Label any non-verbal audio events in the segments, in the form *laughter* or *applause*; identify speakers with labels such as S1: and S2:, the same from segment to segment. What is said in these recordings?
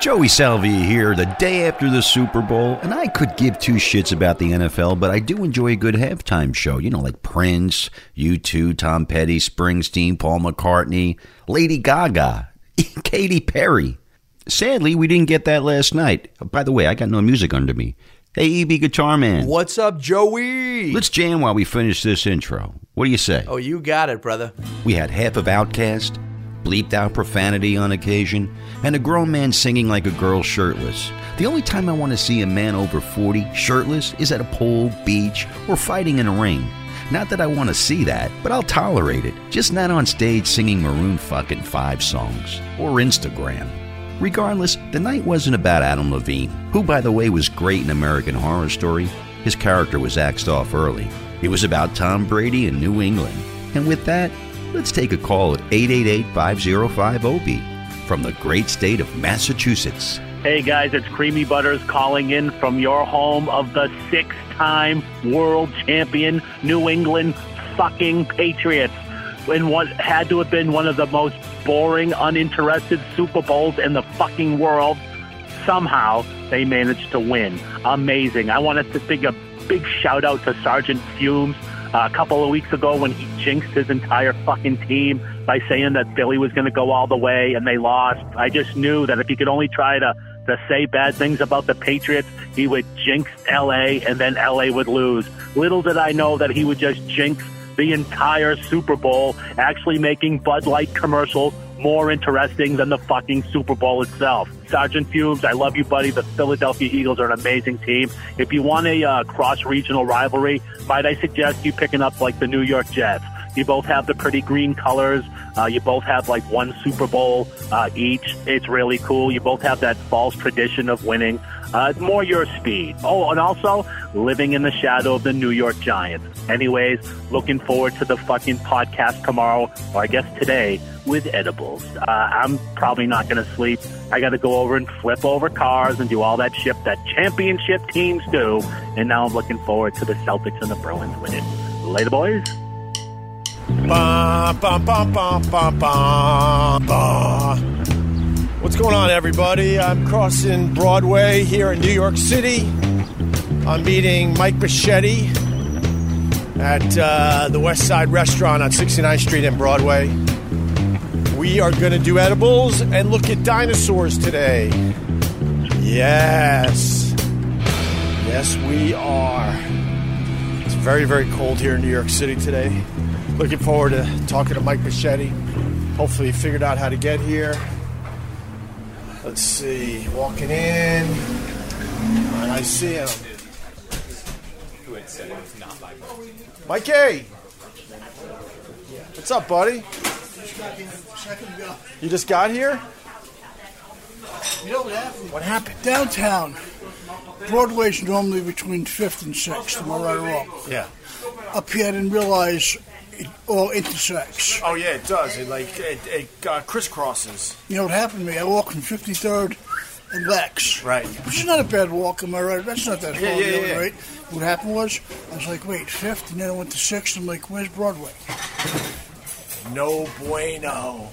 S1: Joey Salvi here, the day after the Super Bowl, and I could give two shits about the NFL, but I do enjoy a good halftime show. You know, like Prince, U2, Tom Petty, Springsteen, Paul McCartney, Lady Gaga, *laughs* Katy Perry. Sadly, we didn't get that last night. By the way, I got no music under me. Hey, EB Guitar Man.
S2: What's up, Joey?
S1: Let's jam while we finish this intro. What do you say?
S2: Oh, you got it, brother.
S1: We had half of Outcast, bleeped out profanity on occasion, and a grown man singing like a girl shirtless. The only time I want to see a man over 40 shirtless is at a pool, beach, or fighting in a ring. Not that I want to see that, but I'll tolerate it. Just not on stage singing Maroon fucking 5 songs or Instagram. Regardless, the night wasn't about Adam Levine, who, by the way, was great in American Horror Story. His character was axed off early. It was about Tom Brady in New England. And with that, let's take a call at 888 505 OB from the great state of Massachusetts.
S3: Hey guys, it's Creamy Butters calling in from your home of the six time world champion New England fucking Patriots in what had to have been one of the most boring, uninterested Super Bowls in the fucking world. Somehow they managed to win. Amazing. I wanted to big a big shout out to Sergeant Fumes uh, a couple of weeks ago when he jinxed his entire fucking team by saying that Billy was going to go all the way and they lost. I just knew that if he could only try to to say bad things about the Patriots, he would jinx LA and then LA would lose. Little did I know that he would just jinx the entire Super Bowl, actually making Bud Light commercials more interesting than the fucking Super Bowl itself. Sergeant Fumes, I love you, buddy. The Philadelphia Eagles are an amazing team. If you want a uh, cross-regional rivalry, might I suggest you picking up like the New York Jets? You both have the pretty green colors. Uh, you both have like one Super Bowl uh, each. It's really cool. You both have that false tradition of winning. Uh, it's more your speed. Oh, and also living in the shadow of the New York Giants. Anyways, looking forward to the fucking podcast tomorrow, or I guess today, with edibles. Uh, I'm probably not going to sleep. I got to go over and flip over cars and do all that shit that championship teams do. And now I'm looking forward to the Celtics and the Bruins winning. Later, boys.
S4: Ba, ba, ba, ba, ba, ba, ba. What's going on, everybody? I'm crossing Broadway here in New York City. I'm meeting Mike Bichetti at uh, the West Side Restaurant on 69th Street and Broadway. We are going to do edibles and look at dinosaurs today. Yes. Yes, we are. It's very, very cold here in New York City today. Looking forward to talking to Mike Bichetti. Hopefully, he figured out how to get here. Let's see, walking in, and I see him. Mikey! What's up, buddy? You just got here?
S5: You know what happened?
S4: What happened?
S5: Downtown, Broadway's normally between 5th and 6th, am I right or wrong?
S4: Yeah.
S5: Up here, I didn't realize it all intersects.
S4: Oh, yeah, it does. It like it, it uh, crisscrosses.
S5: You know what happened to me? I walked from 53rd and Lex.
S4: Right.
S5: Which is not a bad walk, am I right? That's not that far,
S4: Yeah, yeah,
S5: really,
S4: yeah.
S5: right? What happened was, I was like, wait, 5th, and then I went to 6th, I'm like, where's Broadway?
S4: No bueno.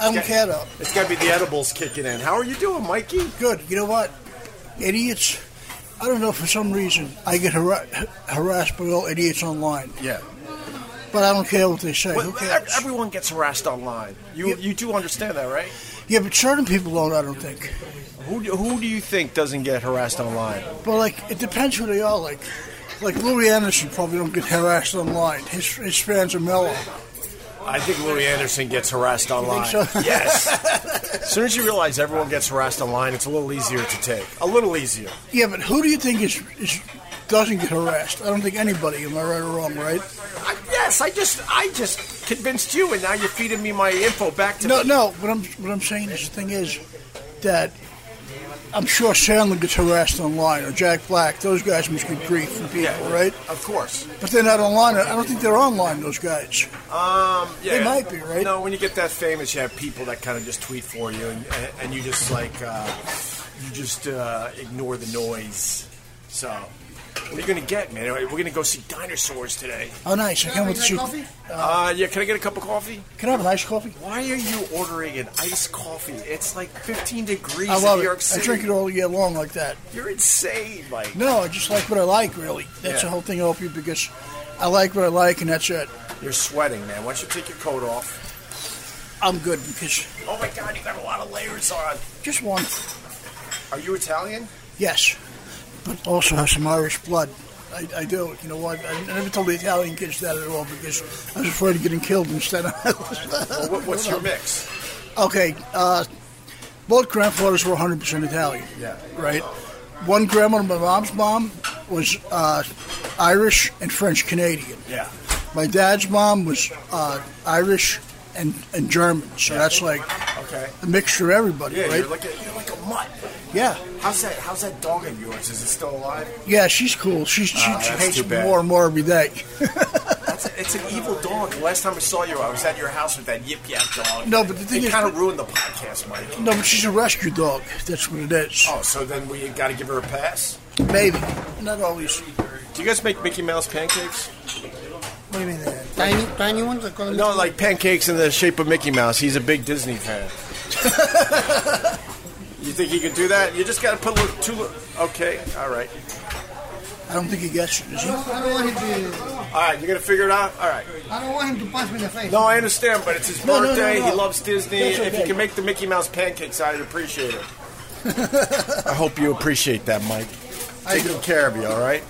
S5: I'm
S4: Yeah.
S5: cat up.
S4: It's got to be the edibles kicking in. How are you doing, Mikey?
S5: Good, you know what? Idiots, I don't know, for some reason, I get har- harassed by all idiots online.
S4: Yeah.
S5: But I don't care what they say.
S4: But,
S5: Who
S4: but
S5: cares?
S4: everyone gets harassed online. You you do understand that, right?
S5: Yeah, but certain people don't, I don't think.
S4: Who do- who do you think doesn't get harassed online?
S5: But, like, it depends who they are. Like, like Louis Anderson probably don't get harassed online. His, his fans are mellow.
S4: I think Louis Anderson gets harassed online.
S5: You think
S4: *laughs*
S5: so?
S4: Yes. as soon as you realize everyone gets harassed online, it's a little easier to take. A little easier.
S5: Yeah, but who do you think is, is doesn't get harassed? I don't think anybody. Am I right or wrong, right?
S4: I, yes, I just I just convinced you, and now you're feeding me my info back to
S5: No,
S4: me.
S5: no. What I'm what I'm saying is the thing is that I'm sure Sandler gets harassed online or Jack Black. Those guys must get grief from people,
S4: Yeah.
S5: right?
S4: Of course.
S5: But they're not online. I don't think they're online. Those guys.
S4: Um, yeah.
S5: They might be, right?
S4: No, when you get that famous, you have people that kind of just tweet for you, and, and, and you just like uh, you just uh, ignore the noise. So What are you gonna get, man? We're gonna go see dinosaurs today.
S5: Oh, nice. I came with the soup. Uh-huh.
S4: Uh, yeah. Can I get a cup of coffee?
S5: Can I have an iced coffee?
S4: Why are you ordering an iced coffee? It's like 15 degrees
S5: I
S4: in
S5: love
S4: New York
S5: it. I
S4: City.
S5: drink it all year long like that.
S4: You're insane, Mike.
S5: No, I just like what I like, really. That's
S4: Yeah.
S5: the whole thing, Opie, because I like what I like, and that's it.
S4: You're sweating, man. Why don't you take your coat off?
S5: I'm good because
S4: Oh my God, you got a lot of layers on.
S5: just one.
S4: Are you Italian?
S5: Yes, but also have some Irish blood. I, I do. You know what? I, I never told the Italian kids that at all because I was afraid of getting killed instead of. *laughs*
S4: Well, what, what's your mix?
S5: okay, uh, both grandfathers were 100% Italian.
S4: Yeah.
S5: Right? One grandmother, my mom's mom, was uh, Irish and French Canadian.
S4: Yeah.
S5: My dad's mom was uh, Irish and, and German. So that's like
S4: Okay.
S5: a mixture of everybody,
S4: Yeah,
S5: right?
S4: you're like a, you're like a mutt.
S5: yeah.
S4: How's that? How's that dog of yours? Is it still alive?
S5: Yeah, she's cool. She's, she,
S4: Ah,
S5: she
S4: that's
S5: hates
S4: too
S5: me
S4: bad.
S5: more and more every day.
S4: That's a, it's an evil dog. The last time I saw you, I was at your house with that yip yap dog.
S5: No, but the thing
S4: it
S5: is-
S4: kind of ruined the podcast, Mike.
S5: No, but she's a rescue dog. That's what it is.
S4: Oh, so then we got to give her a pass.
S5: Maybe. Not always.
S4: Do you guys make Mickey Mouse pancakes?
S5: What do you mean that?
S6: Tiny, tiny ones are called.
S4: No, like pancakes in the shape of Mickey Mouse. He's a big Disney fan. *laughs* you think he could do that? You just got to put a little, two. li- Okay, all right,
S5: I don't think he gets it, does he?
S6: I don't want him to.
S4: all right. You're gonna figure it out. All right.
S6: I don't want him to punch me in the face.
S4: No, I understand, but it's his
S5: No, no, no,
S4: birthday.
S5: no.
S4: He loves Disney.
S5: That's
S4: If
S5: okay.
S4: you can make the Mickey Mouse pancakes, I'd appreciate it.
S5: *laughs*
S4: I hope you appreciate that, Mike. Taking care of you, all right?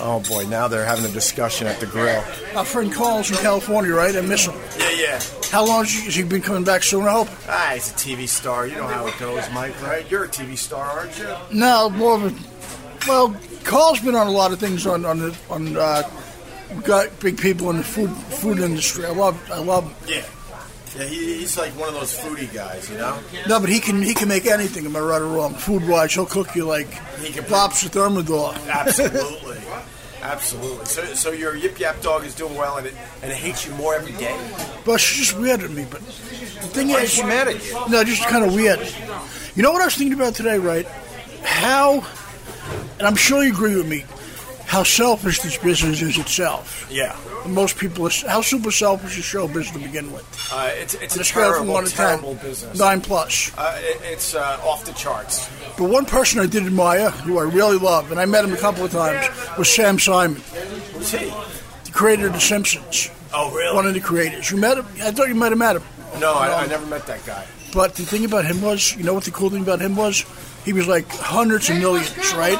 S4: Oh boy, now they're having a discussion at the grill.
S5: Our friend Carl's in California, right? I miss him.
S4: Yeah, yeah.
S5: How long has he, has he been coming back soon, I hope?
S4: Ah, he's a TV star. You know how it goes, Mike, right? You're a TV star, aren't you?
S5: No, more of a. Well, Carl's been on a lot of things on on the, on uh, got big people in the food food industry. I love I love. him.
S4: Yeah. Yeah, he, he's like one of those foodie guys, you *laughs* know?
S5: No, but he can he can make anything. Am I right or wrong? Food wise, he'll cook you like
S4: He can-
S5: Bob's the Thermidor.
S4: Absolutely. Absolutely. So, so your yip yap dog is doing well and it, and it hates you more every day?
S5: But she's just weird at me. But the thing
S4: Why
S5: is,
S4: is she mad at you?
S5: No, just kind of weird. You know what I was thinking about today, right? How, and I'm sure you agree with me, how selfish this business is itself.
S4: Yeah.
S5: Most people, are, how super selfish is show business to begin with.
S4: Uh, it's it's
S5: On
S4: a
S5: a scale from
S4: terrible,
S5: one to ten,
S4: terrible business.
S5: nine plus.
S4: Uh, it, it's uh, off the charts.
S5: But one person I did admire, who I really love, and I met him a couple of times, was Sam Simon,
S4: Who's he?
S5: the creator of The Simpsons.
S4: Oh, really?
S5: One of the creators. You met him? I thought you might have met him.
S4: No, I, I never met that guy.
S5: But the thing about him was, you know what the cool thing about him was? He was like hundreds of millions, right?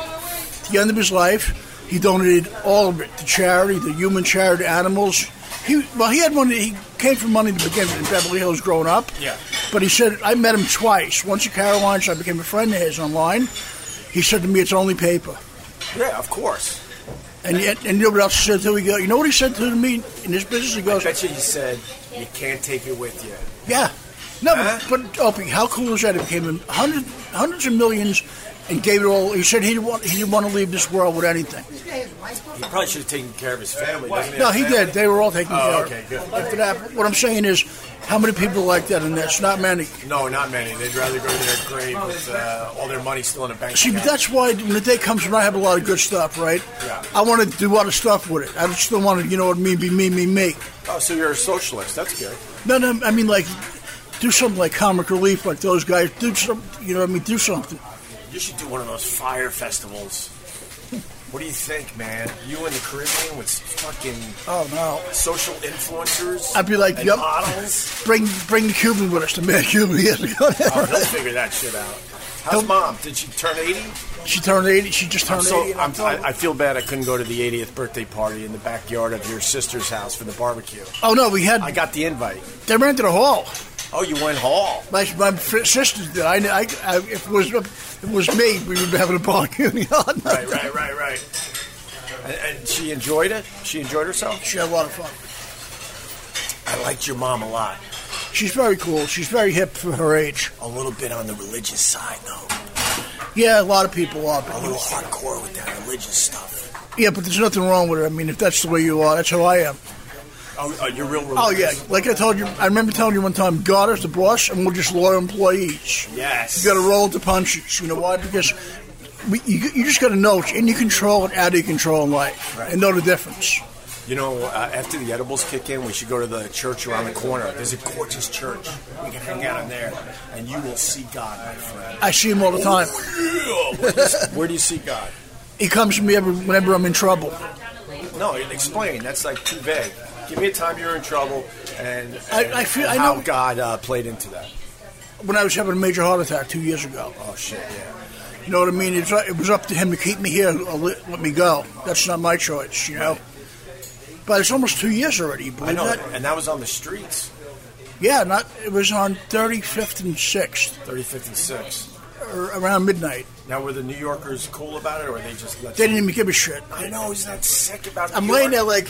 S5: The end of his life, he donated all of it to charity, the human charity, animals. He well, he had money. He came from money to begin with in Beverly Hills, growing up.
S4: Yeah.
S5: But he said I met him twice. Once at Caroline's, I became a friend of his online. He said to me, "It's only paper."
S4: Yeah, of course.
S5: And yet, and you know what else he said to me? He go- You know what he said to me in his business? He
S4: I
S5: goes,
S4: bet you he said, you can't take it with you.
S5: Yeah. No,
S4: Huh?
S5: but, but Opie, how cool is that? He became in hundred, hundreds of millions and gave it all. He said he didn't want, he didn't want to leave this world with anything.
S4: He probably should have taken care of his family. doesn't
S5: No,
S4: have
S5: he
S4: family?
S5: did. They were all taken
S4: Oh,
S5: care
S4: okay,
S5: of.
S4: good.
S5: After that, uh, what I'm saying is, how many people like that in this? Not many.
S4: No, not many. They'd rather go to their grave with uh, all their money still in a bank
S5: See, but
S4: account.
S5: that's why when the day comes when I have a lot of good stuff, right?
S4: Yeah.
S5: I want to do a lot of stuff with it. I just don't want to, you know what I mean, be me, me, me.
S4: Oh, so you're a socialist. That's good.
S5: No, no, I mean, like, do something like comic relief, like those guys. Do some, you know what I mean, do something.
S4: You should do one of those fire festivals. What do you think, man? You in the Caribbean with fucking
S5: Oh, no.
S4: social influencers?
S5: I'd be like,
S4: and
S5: yep.
S4: models?
S5: Bring bring the Cuban with us. The man Cuban *laughs* he has to go
S4: Oh,
S5: there.
S4: they'll figure that shit out. How's
S5: Nope.
S4: mom? Did she turn 80?
S5: She turned eighty. She just
S4: I'm
S5: turned
S4: so,
S5: eighty. and
S4: I'm,
S5: I'm-
S4: I, I feel bad I couldn't go to the 80th birthday party in the backyard of your sister's house for the barbecue.
S5: oh no, we had
S4: I got the invite.
S5: they rented a hall.
S4: Oh, you went hall.
S5: My my f- sisters did. I, I, I if it was if it was me, we would be having a *laughs* barbecue in the yard.
S4: Right, right, right, right. And, and she enjoyed it? She enjoyed herself?
S5: She had a lot of fun.
S4: I liked your mom a lot.
S5: She's very cool. She's very hip for her age.
S4: A little bit on the religious side, though.
S5: Yeah, a lot of people are.
S4: A
S5: But
S4: little hardcore with that religious stuff.
S5: yeah, but there's nothing wrong with it. I mean, if that's the way you are, that's how I am.
S4: Oh, uh, you're real religious.
S5: Oh yeah, like I told you, I remember telling you one time, God is the boss, and we're just loyal employees.
S4: Yes.
S5: You got to roll with the punches. You know why? Because we, you, you just got to know it's in your control and out of your control in life, and know the difference.
S4: You know, uh, after the edibles kick in, we should go to the church around the corner. There's a gorgeous church. We can hang out in there, and you will see God, my friend.
S5: I see him all the time.
S4: Yeah, where do you s- Where do you see God?
S5: He comes to me every, whenever I'm in trouble.
S4: No, explain. That's like too vague. Give me a time you're in trouble, and,
S5: I-
S4: and
S5: I feel- I
S4: how
S5: know-
S4: God uh, played into that.
S5: When I was having a major heart attack two years ago,
S4: Oh shit, yeah.
S5: you know what I mean. It's, it was up to him to keep me here or let, let me go. That's not my choice, you know. But it's almost two years already. You
S4: I
S5: believe
S4: know,
S5: that?
S4: and that was on the streets,
S5: Yeah, not. It was on 35th and 6th,
S4: 35th and 6th.
S5: or around midnight.
S4: Now, were the New Yorkers cool about it, or they just let
S5: They
S4: you?
S5: didn't even give a shit.
S4: I know, isn't that sick about
S5: I'm
S4: New
S5: laying there
S4: York?
S5: like,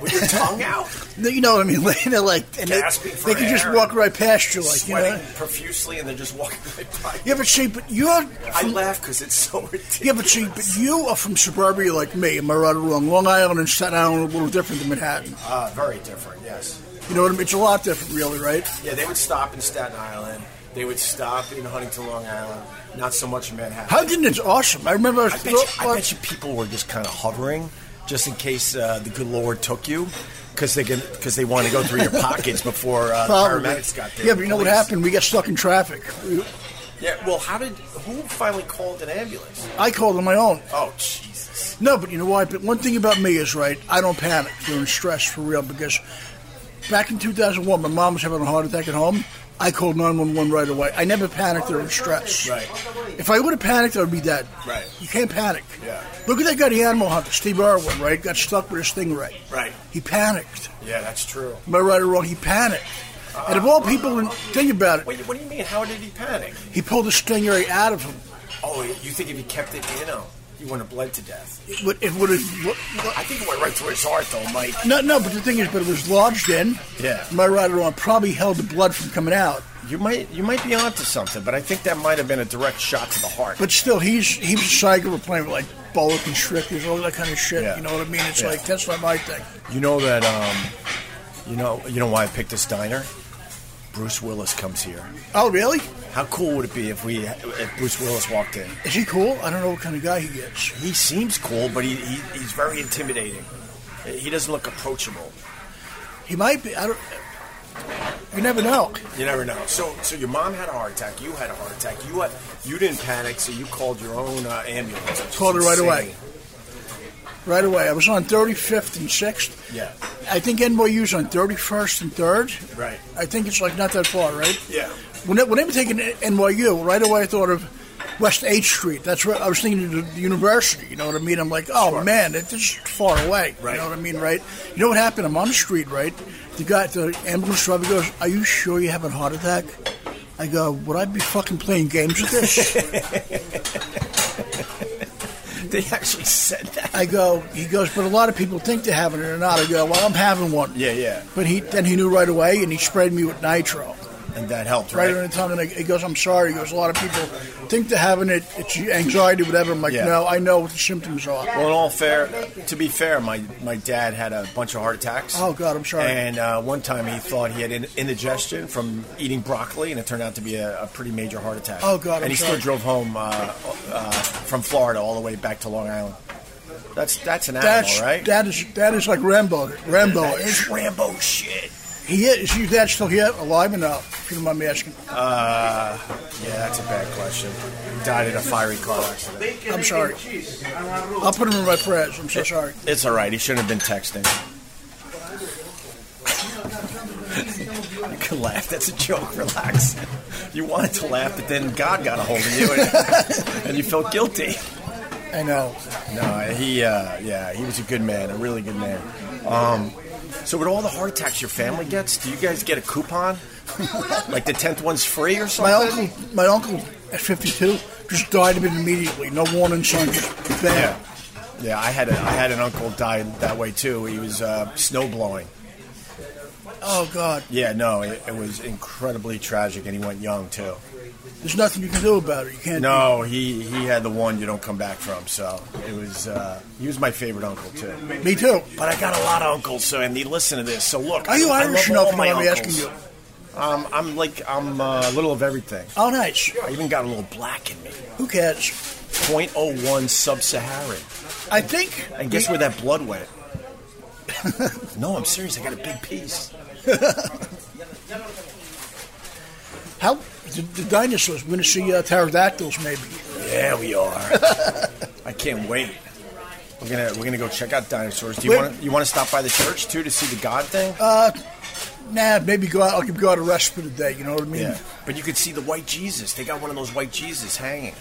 S4: With your tongue out,
S5: *laughs* you know what I mean? *laughs* Laying there like, and they,
S4: Gasping for
S5: they could just
S4: air.
S5: walk right past you, like you
S4: sweating
S5: know.
S4: profusely, and they're just walking *laughs* right by.
S5: You ever see? But you're
S4: I laugh because it's so ridiculous.
S5: Yeah, but see, but you are from suburbia like me. Am I right or wrong? Long Island and Staten Island are a little different than Manhattan.
S4: Uh, very different, yes.
S5: You know what I mean? It's a lot different, really, right?
S4: Yeah, they would stop in Staten Island. They would stop in Huntington, Long Island. Not so much in Manhattan.
S5: Huntington is awesome. I remember.
S4: I, bet you, I bet you people were just kind of hovering, just in case uh, the good Lord took you, because they because they wanted to go through your pockets before uh, the
S5: Probably.
S4: paramedics got there.
S5: Yeah, but you know what
S4: Police.
S5: happened? We got stuck in traffic.
S4: Yeah, well, how did who finally called an ambulance?
S5: I called on my own.
S4: Oh Jesus!
S5: No, but you know why? But one thing about me is right. I don't panic during stress for real because back in 2001, my mom was having a heart attack at home. I called 911 right away. I never panicked during stress.
S4: Right.
S5: If I would have panicked, I'd be dead.
S4: Right.
S5: You can't panic.
S4: Yeah.
S5: Look at that guy, the animal hunter, Steve Irwin, right? Got stuck with his stingray.
S4: Right.
S5: He panicked.
S4: Yeah, that's true.
S5: Am I right or wrong? He panicked. and of all people, think about it.
S4: Wait, what do you mean? How did he panic?
S5: He pulled the stingray out of him.
S4: Oh, you think if he kept it in him, he wouldn't have bled to death?
S5: It would, it would have.
S4: I think it went right to his heart, though, Mike.
S5: No, no, but the thing is, but it was lodged in.
S4: Yeah.
S5: Am I right or wrong? Probably held the blood from coming out.
S4: You might you might be onto something, but I think that might have been a direct shot to the heart.
S5: But still, he's he was a psycho. We're playing with like boa constrictors, all that kind of shit.
S4: Yeah.
S5: You know what I mean? It's
S4: Yeah.
S5: like that's not my thing.
S4: you know that um, you know you know why I picked this diner. Bruce Willis comes here.
S5: Oh, really?
S4: How cool would it be if we if Bruce Willis walked in?
S5: Is he cool? I don't know what kind of guy he is.
S4: He seems cool, but he, he he's very intimidating. He doesn't look approachable.
S5: He might be. I don't. You never know.
S4: You never know. So so your mom had a heart attack. You had a heart attack. You had, you didn't panic, so you called your own uh, ambulance. which is
S5: Called it right
S4: insane.
S5: away. Right away, I was on 35th and 6th.
S4: Yeah.
S5: I think NYU's on 31st and 3rd.
S4: Right.
S5: I think it's like not that far, right?
S4: Yeah.
S5: When I, when I was taking NYU, right away I thought of West 8th Street. That's where I was thinking of the, the university. You know what I mean? I'm like, oh man, it, this is far away.
S4: Right.
S5: You know what I mean, right? You know what happened? I'm on the street, right? The guy, the ambulance driver goes, "Are you sure you have a heart attack?" I go, "Would I be fucking playing games
S4: *laughs*
S5: with this?"
S4: They actually said that.
S5: I go, he goes, but a lot of people think they're having it or not. I go, well, I'm having one.
S4: Yeah, yeah.
S5: But he then he knew right away, and he sprayed me with nitro
S4: And that helped,
S5: right
S4: right?
S5: on the tongue. And I, he goes, I'm sorry. He goes, a lot of people think they're having it. It's anxiety, whatever. I'm like,
S4: Yeah.
S5: no, I know what the symptoms are.
S4: Well, in all fair, to be fair, my, my dad had a bunch of heart attacks.
S5: Oh, God, I'm sorry.
S4: And uh, one time he thought he had in- indigestion from eating broccoli, and it turned out to be a, a pretty major heart attack.
S5: Oh, God,
S4: And
S5: I'm
S4: he still
S5: sorry.
S4: drove home uh, uh, from Florida all the way back to Long Island. That's that's an animal,
S5: That's
S4: right?
S5: that is that is like Rambo. Rambo.
S4: that is Rambo shit.
S5: He is. Is your dad still here, alive or not? If you don't mind me asking.
S4: Uh, yeah, that's a bad question. He died in a fiery car accident.
S5: I'm sorry. I'll put him in my prayers. I'm so sorry.
S4: It's all right. He shouldn't have been texting. You can laugh. That's a joke. Relax. You wanted to laugh, but then God got a hold of you, and, and you felt guilty.
S5: I know.
S4: No, he, uh, yeah, he was a good man, a really good man. Um, so, with all the heart attacks your family gets, do you guys get a coupon? like the tenth one's free or
S5: My
S4: something?
S5: uncle, my uncle at 52, just died of it immediately. No warning sign. Just bam.
S4: Yeah, yeah. I had a, I had an uncle die that way too. He was uh, snow blowing.
S5: Oh God.
S4: Yeah, no, it, it was incredibly tragic, and he went young too.
S5: There's nothing you can do about it. You can't.
S4: No, he he had the one you don't come back from. So it was uh, he was my favorite uncle too.
S5: Me too.
S4: But I got a lot of uncles, so and they listen to this. So look,
S5: Are you
S4: I
S5: Irish
S4: love all
S5: enough?
S4: my
S5: I'm
S4: uncles.
S5: asking you.
S4: Um, I'm like I'm uh, a little of everything.
S5: Oh, nice.
S4: I even got a little black in me.
S5: Who cares?
S4: 0.01 sub-Saharan.
S5: I think.
S4: And guess where that blood
S5: *laughs*
S4: went? no, I'm serious. I got a big piece.
S5: How the, the dinosaurs? We're going to see uh, pterodactyls, maybe.
S4: Yeah, we are. I can't wait. We're gonna we're gonna go check out dinosaurs. Do you
S5: Wait.
S4: want to you want to stop by the church too to see the God thing?
S5: Uh, Nah, maybe go out. I'll give God a rest for the day. You know what I mean?
S4: yeah. But you could see the white Jesus. They got one of those white Jesus hanging.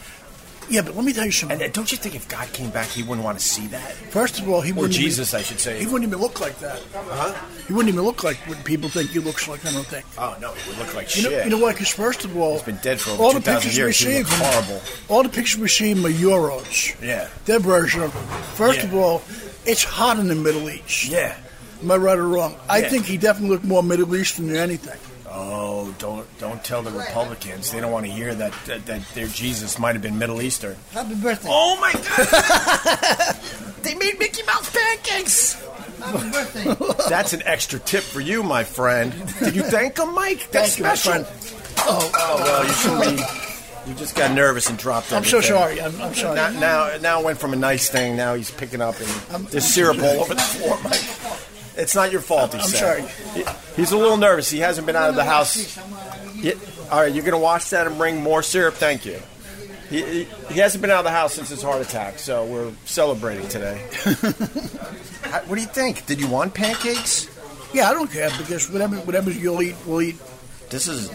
S5: Yeah, but let me tell you something.
S4: And uh, don't you think if God came back, he wouldn't want to see that?
S5: First of all, he
S4: Or
S5: wouldn't.
S4: Jesus, I
S5: even,
S4: should say.
S5: He wouldn't even look like that.
S4: Huh?
S5: He wouldn't even look like what people think he looks like. I don't think.
S4: Oh no, he would look like
S5: You
S4: shit.
S5: know, you know why? Because first of all,
S4: He's been dead for over
S5: all the
S4: 2,000
S5: pictures
S4: years.
S5: we
S4: He
S5: see
S4: looks
S5: of him-
S4: horrible.
S5: All the pictures we see of him are Euros.
S4: Yeah.
S5: Their version of him. First
S4: Yeah.
S5: of all, it's hot in the Middle East.
S4: yeah.
S5: Am I right or wrong? I
S4: Yeah.
S5: think he definitely looked more Middle Eastern than anything.
S4: Oh, don't don't tell the Republicans. They don't want to hear that that, that their Jesus might have been Middle Eastern.
S6: Happy birthday.
S4: Oh my God! they made Mickey Mouse pancakes.
S6: Happy birthday.
S4: That's an extra tip for you, my friend. Did you thank him, Mike? That's
S5: Thank you, my
S4: special.
S5: friend. Oh,
S4: Oh well, you should be. You just got nervous and dropped.
S5: I'm so
S4: everything.
S5: sorry. I'm, I'm sorry.
S4: Now, now, now it went from a nice thing. Now he's picking up and there's syrup all over the floor, Mike. It's not your fault. He
S5: I'm
S4: said.
S5: sorry.
S4: He- He's a little nervous. He hasn't been out of the house. yet. all right, you're gonna wash that and bring more syrup. Thank you. He, he, he hasn't been out of the house since his heart attack, so we're celebrating today. I- *laughs* what do you think? Did you want pancakes?
S5: Yeah, I don't care because whatever whatever you'll eat, we'll eat.
S4: This is.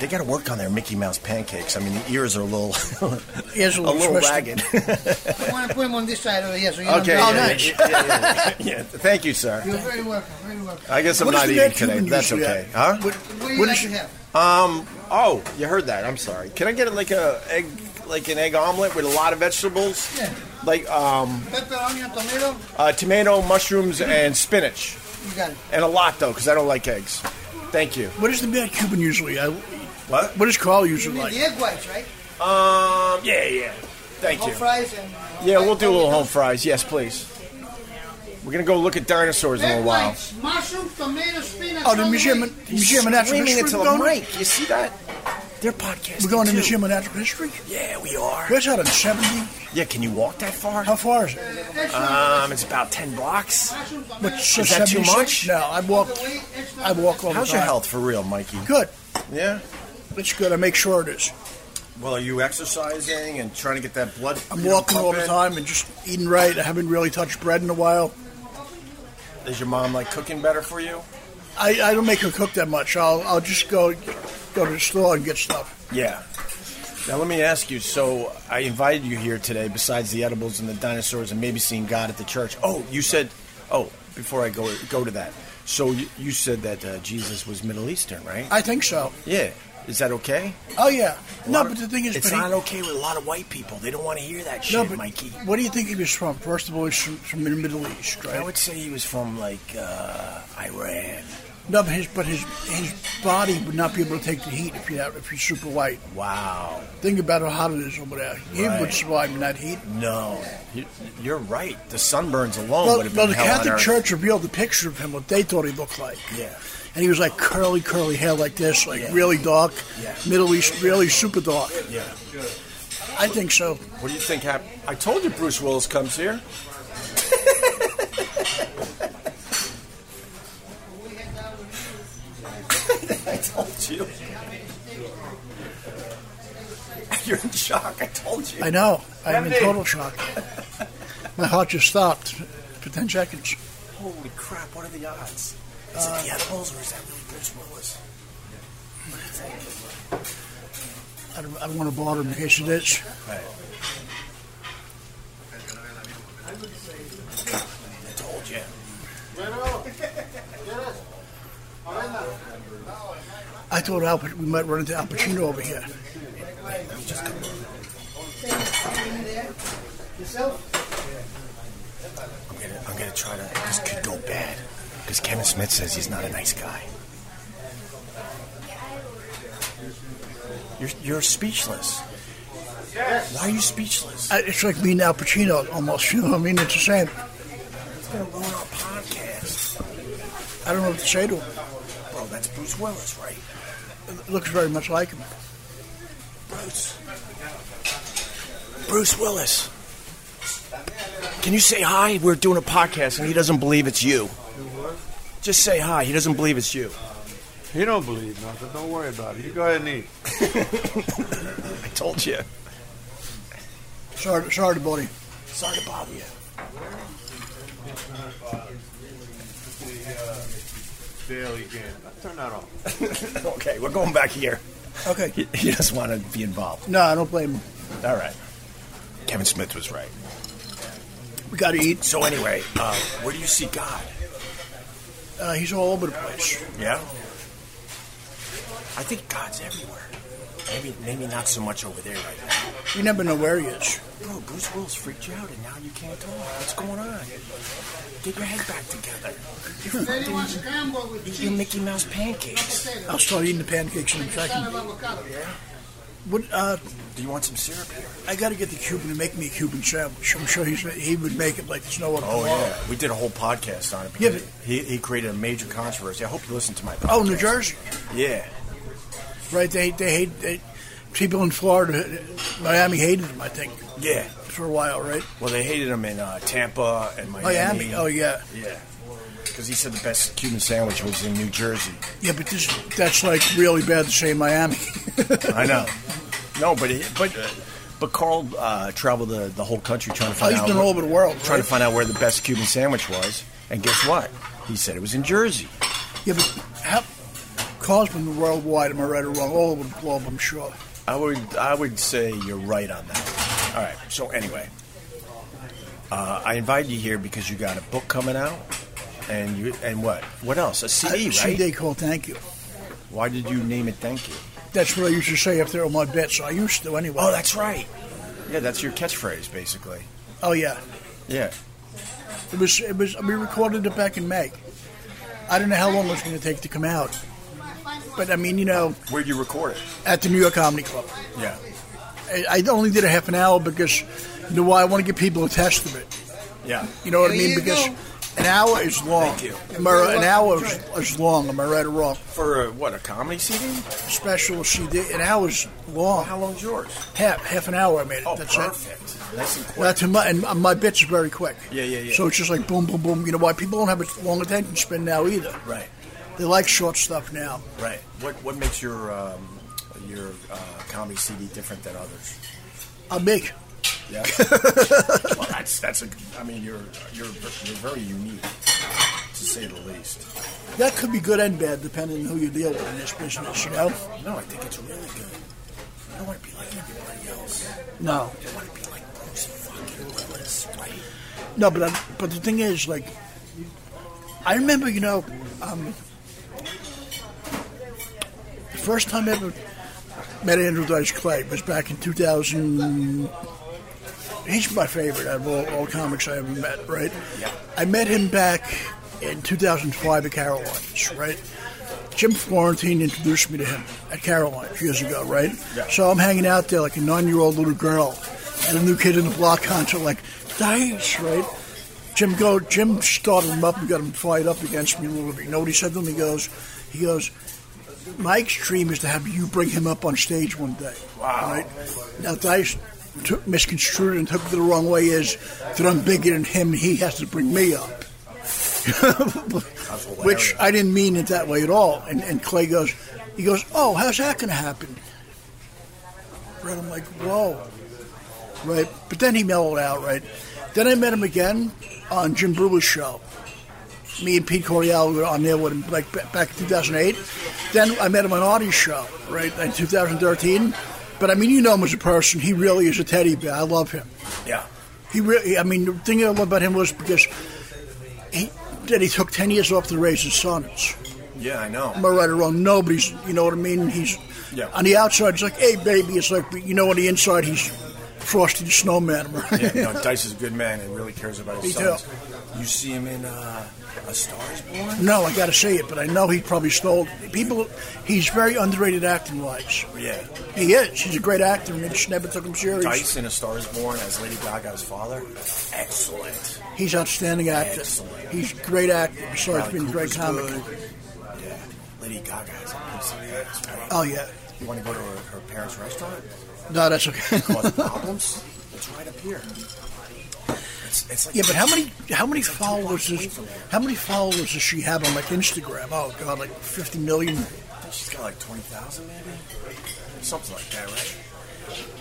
S4: They got to work on their Mickey Mouse pancakes. I mean, the ears are a little, *laughs*
S5: Ears are
S4: a
S5: a
S4: little
S5: little
S4: ragged. *laughs*
S5: twisted.
S6: I want to put him on this side over here so you
S4: Okay.
S6: don't
S4: yeah,
S6: break.
S4: yeah, yeah, yeah, yeah. Yeah, Thank you, sir.
S6: You're very welcome. Very welcome.
S4: I guess Uh, I'm
S5: What is
S4: not
S5: the
S4: eating
S5: bad
S4: today.
S5: Cuban
S4: That's
S5: usually
S4: okay.
S5: at?
S4: Huh?
S5: What,
S6: What do you
S5: what
S6: like
S5: is-
S6: to have?
S4: Um. Oh, you heard that. I'm sorry. Can I get like a egg, like an egg omelet with a lot of vegetables?
S6: Yeah.
S4: Like um,
S6: Pepper, onion, tomato.
S4: uh, tomato, mushrooms, and spinach,
S6: You got it.
S4: and a lot though, because I don't like eggs. Thank you.
S5: what is the bad Cuban usually? I,
S4: What?
S5: what does Carl
S6: You
S5: usually
S6: need
S5: like?
S6: the egg whites, right?
S4: Um. Yeah. Yeah. Thank
S6: Hot
S4: you.
S6: fries and.
S4: Yeah, we'll do a little home fries. Yes, please. We're gonna go look at dinosaurs in a
S6: Egg
S4: while.
S6: whites, mushroom, tomato, spinach.
S5: Oh, the
S6: all
S5: museum,
S6: way.
S5: the museum of natural
S4: Screaming
S5: history.
S4: into
S5: we're
S4: the
S5: going to?
S4: mic. You see that? They're podcasting.
S5: We're going to
S4: too.
S5: the museum of natural history.
S4: Yeah, we are.
S5: Where's that? On seventy?
S4: Yeah, can you walk that far?
S5: How far is it?
S6: Extra
S4: Um, it's about ten blocks.
S6: mushroom, tomato.
S5: But so
S4: Is that too
S5: 76?
S4: much?
S5: No, I walk. I walk all
S4: How's
S5: the time.
S4: your health for real, Mikey?
S5: Good.
S4: Yeah.
S5: It's good. I make sure it is.
S4: Well, are you exercising and trying to get that blood?
S5: I'm walking all the time and just eating right. I haven't really touched bread in a while.
S4: Is your mom like cooking better for you?
S5: I, I don't make her cook that much. I'll I'll just go go to the store and get stuff.
S4: Yeah. Now let me ask you. So I invited you here today, besides the edibles and the dinosaurs, and maybe seeing God at the church. Oh, you said. Oh, before I go go to that. So you, you said that uh, Jesus was Middle Eastern, right?
S5: I think so.
S4: yeah. Is that okay?
S5: Oh yeah. No,
S4: Lot-
S5: but the thing is,
S4: it's
S5: but he-
S4: not okay with a lot of white people. They don't want to hear that shit,
S5: no, but
S4: Mikey.
S5: what do you think he was from? First of all, he's from, from the Middle East,
S4: I
S5: right?
S4: would say he was from like uh, Iran.
S5: No, but his but his his body would not be able to take the heat if you have, if you're super white.
S4: Wow.
S5: Think about how hot it is over there. He
S4: Right.
S5: would survive in that heat.
S4: No, You- you're right. The sunburns alone
S5: Well,
S4: would have Oh, been
S5: well, the
S4: hell on
S5: Catholic
S4: earth.
S5: Church revealed the picture of him, what they thought he looked like.
S4: Yeah.
S5: And he was like curly, curly hair like this, like
S4: Yeah.
S5: really dark,
S4: Yeah.
S5: Middle East, really super dark.
S4: Yeah.
S5: I think so.
S4: What do you think happened? I told you Bruce Willis comes here. *laughs* I told you. *laughs* You're in shock. I told you.
S5: I know. I'm in total shock. My heart just stopped for 10 seconds.
S4: Holy crap! What are the odds? Is
S5: Uh,
S4: it the edibles or is that really Bruce Willis?
S5: I don't, I don't want to bother him in case it is.
S4: Right. I told you.
S5: I thought Al, Pac- we might run into Al Pacino over here.
S4: I'm gonna, I'm gonna try to. This could go bad. Because Kevin Smith says he's not a nice guy. You're, you're speechless. Why are you speechless?
S5: I, it's like me and Al Pacino almost, *laughs* you know what I mean? It's the same.
S4: It's gonna ruin our podcast.
S5: I don't know what to say to him.
S4: Bro, that That's Bruce Willis, right?
S5: It looks very much like him.
S4: Bruce. Bruce Willis. Can you say hi? We're doing a podcast and he doesn't believe it's you. Just say hi. He doesn't believe it's you.
S7: He don't believe nothing. Don't worry about it. You go ahead and eat.
S4: I told you.
S5: Sorry, sorry, buddy.
S4: Sorry to bother you. *laughs*
S7: Daily game. Turn that off.
S4: Okay, we're going back here.
S5: Okay.
S4: He, he doesn't want to be involved.
S5: No, I don't blame him.
S4: All right. Kevin Smith was right.
S5: We got to eat.
S4: So anyway, uh, where do you see God?
S5: Uh, he's all over the place.
S4: Yeah. I think God's everywhere. Maybe, maybe not so much over there right now.
S5: You never know where he is.
S4: Bro, Bruce Willis freaked you out, and now you can't talk. What's going on? Get your head back together.
S6: Then he wants scrambled with
S4: Eat your
S6: cheese.
S4: Mickey Mouse pancakes.
S6: Potato.
S5: I'll start eating the pancakes in a
S6: Like a salad
S5: second.
S6: of avocado.
S5: What, uh,
S4: Do you want some syrup here?
S5: I got to get the Cuban to make me a Cuban sandwich. I'm sure he's, he would make it like there's no other
S4: Oh
S5: tomorrow.
S4: yeah, we did a whole podcast on it.
S5: Yeah,
S4: because he, he created a major controversy. I hope you listened to my podcast.
S5: Oh, New Jersey,
S4: Yeah,
S5: right? They they hate they, people in Florida. Miami hated him, I think,
S4: yeah.
S5: for a while, right?
S4: Well, they hated him in uh, Tampa and Miami.
S5: Miami. Oh yeah,
S4: yeah. Because he said the best Cuban sandwich was in New Jersey.
S5: yeah. But this that's like really bad to say Miami.
S4: I
S5: *laughs*
S4: know. No, but he, but but Carl uh, traveled the, the whole country trying to find
S5: Oh, he's
S4: out
S5: been
S4: where-
S5: all over the world,
S4: trying
S5: right?
S4: to find out where the best Cuban sandwich was. And guess what? He said it was in Jersey.
S5: Yeah, but how? Carl's been worldwide. Am I right or wrong? All over the globe, I'm sure.
S4: I would I would say you're right on that. All right. So anyway, uh, I invited you here because you got a book coming out, and you and what what else? A CD, right?
S5: CD call. Thank you.
S4: Why did you name it? Thank you.
S5: That's what I used to say after all my bets. I used to anyway.
S4: Oh, that's right. Yeah, that's your catchphrase, basically.
S5: Oh yeah.
S4: Yeah.
S5: It was. It was. We recorded it back in May. I don't know how long it was going to take to come out, but I mean, you know,
S4: Where'd you record it?
S5: at the New York Comedy Club,
S4: Yeah.
S5: I, I only did a half an hour because, you know, why I want to give people a taste of it.
S4: Yeah.
S5: You know what I
S6: There
S5: mean?
S6: you
S5: Because
S6: go.
S5: an hour is long.
S4: Thank you.
S5: Am I right- An hour is, is long. Am I right or wrong?
S4: For a, what a comedy CD?
S5: Special CD. An hour is long.
S4: How long's yours?
S5: Half half an hour. I made it.
S4: Oh,
S5: That's it.
S4: perfect. Nice and quick.
S5: That's my and my bits is very quick.
S4: Yeah, yeah, yeah.
S5: So it's just like boom, boom, boom. You know why people don't have a long attention span now either.
S4: Right.
S5: They like short stuff now.
S4: Right. What What makes your um, your uh, comedy CD different than others?
S5: I'm big.
S4: Yeah.
S5: *laughs*
S4: well, that's that's a. I mean, you're you're you're very unique, to say the least.
S5: That could be good and bad depending on who you deal with in this business. You know?
S4: No, I think it's really good. I don't want to be like everybody else.
S5: No.
S4: I want to be like Bruce fucking Willis, right?
S5: No, but I, but the thing is, like, I remember, you know, um, the first time I ever met Andrew Dice Clay was back in 2000. He's my favorite out of all, all comics I ever met, right?
S4: Yeah.
S5: I met him back in 2005 at Caroline's, right? Jim Florentine introduced me to him at Caroline's years ago, right?
S4: Yeah.
S5: So I'm hanging out there like a nine-year-old little girl at a new kid in the block concert, like Dice, right? Jim go. Jim started him up and got him fired up against me a little bit. You know what he said to him? He goes, he goes. Mike's dream is to have you bring him up on stage one day.
S4: Wow.
S5: Right? Now Dice took, misconstrued it and took it the wrong way is that I'm bigger than him. He has to bring me up. *laughs* Which I didn't mean it that way at all. And, and Clay goes, he goes, oh, how's that going to happen? Right? I'm like, whoa. Right? But then he mellowed out, right? Then I met him again on Jim Brewer's show. Me and Pete Coriel were on there with him like ba- back in 2008. Then I met him on Audie's show, right, in 2013. But I mean, you know him as a person. He really is a teddy bear. I love him.
S4: Yeah.
S5: He really, I mean, the thing I love about him was because he, that he took 10 years off to raise his sons.
S4: Yeah, I know.
S5: Am I right or wrong? Nobody's, you know what I mean? He's,
S4: Yeah.
S5: on the outside, it's like, hey, baby. It's like, but you know, on the inside, he's Frosty the Snowman. *laughs* Right?
S4: Yeah, no, Dice is a good man and really cares about his
S5: Me
S4: sons. You see him in uh, A Star is Born?
S5: No, I got to say it, but I know he probably stole. People, he's very underrated acting wise.
S4: Yeah.
S5: He is. He's a great actor, and they just never took him serious.
S4: Dice in A Star is Born as Lady Gaga's father? Excellent.
S5: He's outstanding actor.
S4: Excellent.
S5: He's great actor. So he's
S4: Bradley
S5: been a great
S4: Cooper's
S5: comic.
S4: good. Yeah. Lady Gaga has a piece of that. It's very-
S5: Oh yeah.
S4: You want to go to her, her parents' restaurant?
S5: No, that's okay. *laughs*
S4: Cause problems? It's right up here. It's, it's like
S5: Yeah, but how many how many followers does how many followers does she have on like Instagram? Oh god, like fifty million.
S4: she's got like twenty thousand, maybe something like that, right?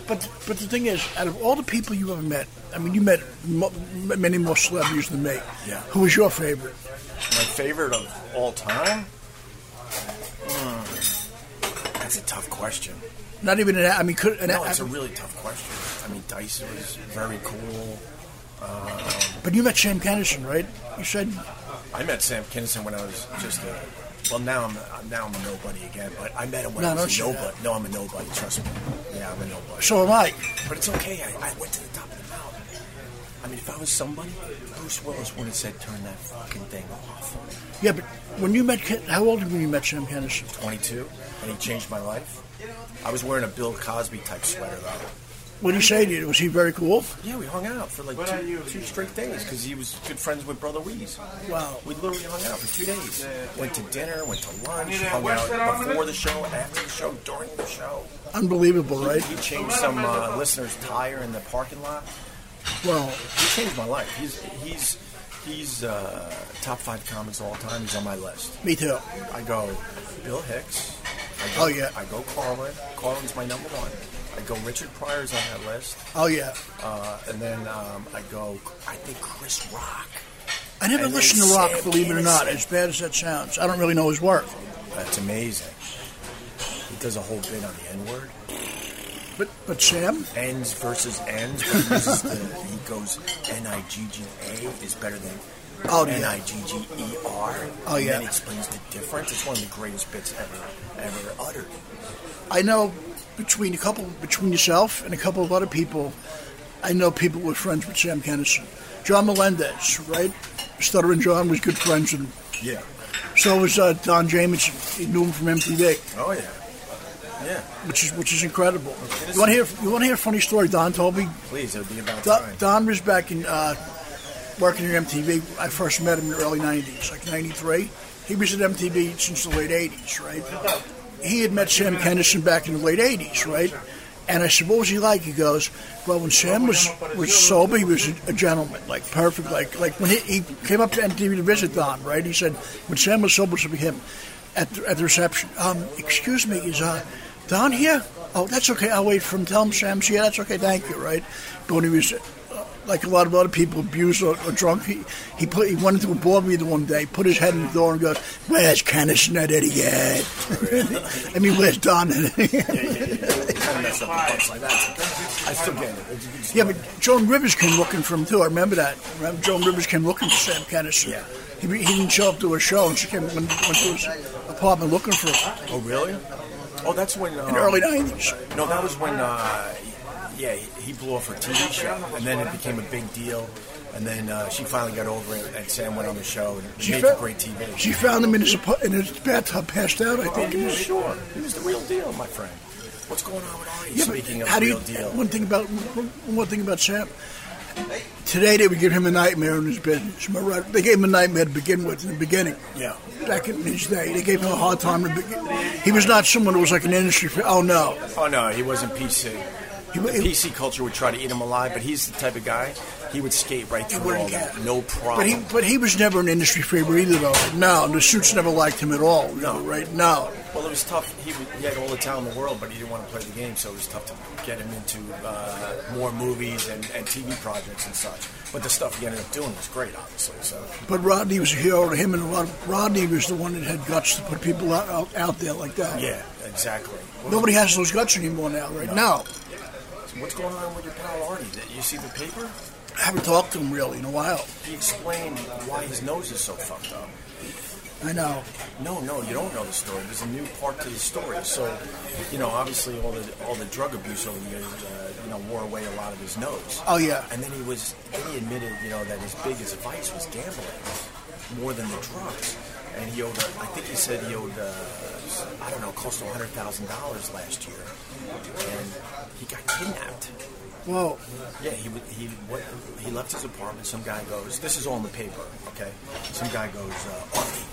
S5: But but the thing is, out of all the people you ever met, I mean, you met mo- m- many more celebrities than me.
S4: Yeah.
S5: Who was your favorite?
S4: My favorite of all time? Hmm. That's a tough question.
S5: Not even an. a- I mean, could an,
S4: No,
S5: a-
S4: it's a really tough question. I mean, Dice was very cool.
S5: but you met Sam Kennison, right? You said
S4: I met Sam Kinison when I was just a. Well, now I'm I'm- now I'm a nobody again, but I met him when
S5: No,
S4: I
S5: don't
S4: was a
S5: say
S4: nobody. No, I'm a nobody. Trust me. Yeah, I'm a nobody.
S5: so am I.
S4: But it's okay. I, I went to the top of the mountain. I mean, if I was somebody, Bruce Willis would have said, "Turn that fucking thing off."
S5: Yeah, but when you met, Ken- how old were you when you met Sam Kennison?
S4: 22, and he changed my life. I was wearing a Bill Cosby type sweater though.
S5: What did he say to you? Was he very cool?
S4: Yeah, we hung out for like two, two straight days because he was good friends with Brother Weeze.
S5: Wow.
S4: We literally hung out for two days. Went to dinner, went to lunch, hung out before the show, after the show, during the show.
S5: Unbelievable, right?
S4: He changed some uh, listener's tire in the parking lot.
S5: Well,
S4: He changed my life. He's he's he's uh, top five comics of all time. He's on my list.
S5: me too.
S4: I go Bill Hicks. I go,
S5: Oh, yeah.
S4: I go Carlin. Carlin's my number one. I go Richard Pryor's on that list,
S5: Oh yeah.
S4: uh, and then um, I go. I think Chris Rock.
S5: I never
S4: And then
S5: listened to rock,
S4: Sam
S5: believe it or not.
S4: Kennison.
S5: As bad as that sounds, I don't really know his work.
S4: That's amazing. He does a whole bit on the N word.
S5: But but Sam,
S4: Ends versus ends. but he uses *laughs* the- he goes N I G G A is better than
S5: Oh, yeah.
S4: N I G G E R.
S5: Oh,
S4: and
S5: yeah.
S4: Then he explains the difference. It's one of the greatest bits ever ever uttered.
S5: I know between a couple between yourself and a couple of other people, I know people were friends with Sam Kennison. John Melendez, right? Stuttering John was good friends with him.
S4: Yeah.
S5: So was uh, Don Jamison. He knew him from MTV,
S4: Oh yeah. Yeah.
S5: which is which is incredible. You want to hear? You want to hear a funny story? Don told me.
S4: Please, it would be about
S5: Don,
S4: time.
S5: Don was back in uh, working at MTV. I first met him in the early '90s, like '93. He was at MTV since the late '80s, right? He had met Sam Kennison back in the late '80s, right? And I said, "What was he like?" He goes, "Well, when Sam was was sober, he was a, a gentleman, like perfect, like like when he, he came up to MTV to visit Don, right? He said, when Sam was sober, it should be him at the, at the reception. Um, excuse me, is uh, Don here? Oh, that's okay. I'll wait for him. Tell him Sam's here. That's okay. Thank you. Right? But when he was uh, like a lot of other people, abused or, or drunk, he he put he went into a board meeting one day, put his head in the door, and goes, "Where's Kennison that *laughs* idiot? I mean, where's Don?" *laughs*
S4: kind of messed up the punchline. That's I still get it. It's- it's-
S5: yeah, but Joan Rivers came looking for him too. I remember that. Remember Joan Rivers came looking for Sam Kennison.
S4: Yeah.
S5: He, he didn't show up to a show, and she came went, went to his apartment looking for him
S4: oh, really? Oh, that's when. Um,
S5: in the early '90s.
S4: No, that was when. Uh, yeah, he he blew off her TV show, and then it became a big deal. And then uh, she finally got over it, and Sam went on the show and
S5: She
S4: made
S5: fa-
S4: for great TV.
S5: She found him in his apa- in his bathtub, passed out. I
S4: oh,
S5: think.
S4: yeah, sure. He was the real deal, my friend. What's going on with Artie?
S5: Yeah, but
S4: Speaking of
S5: how do you?
S4: real deal,
S5: One thing about one one thing about Sam. Today they would give him a nightmare in his business. Am I right? They gave him a nightmare to begin with in the beginning.
S4: Yeah.
S5: Back in his day, they gave him a hard time. To begin. He was not someone who was like an industry. fa- Oh no.
S4: Oh no, he wasn't PC.
S5: He wa-
S4: the PC culture would try to eat him alive, but he's the type of guy he would skate right through all
S5: wouldn't
S4: that,
S5: care.
S4: no
S5: But
S4: problem.
S5: he, but he was never an industry favorite either, though. No, the suits never liked him at all. No, right? No.
S4: Well, it was tough. He, w- he had all the talent in the world, but he didn't want to play the game, so it was tough to get him into uh, more movies and, and TV projects and such. But the stuff he ended up doing was great, obviously. So
S5: But Rodney was a hero to him, and Rod, Rodney was the one that had guts to put people out, out, out there like that.
S4: yeah, exactly. What-
S5: Nobody has those guts anymore now, right? Now,
S4: What's going on with your pal Artie? That you see the paper?
S5: I haven't talked to him really in a while.
S4: He explained why his nose is so fucked up.
S5: I know.
S4: No, no, you don't know the story. There's a new part to the story. So, you know, obviously all the all the drug abuse over the years, uh, you know, wore away a lot of his nose.
S5: Oh, yeah.
S4: And then he was, then he admitted, you know, that his biggest vice was gambling, more than the drugs. And he owed, uh, I think he said he owed, uh, I don't know, close to hundred thousand dollars last year, and he got kidnapped.
S5: Whoa.
S4: Yeah, he w- he what, he left his apartment. Some guy goes, "This is all in the paper." Okay, some guy goes, uh, "Artie,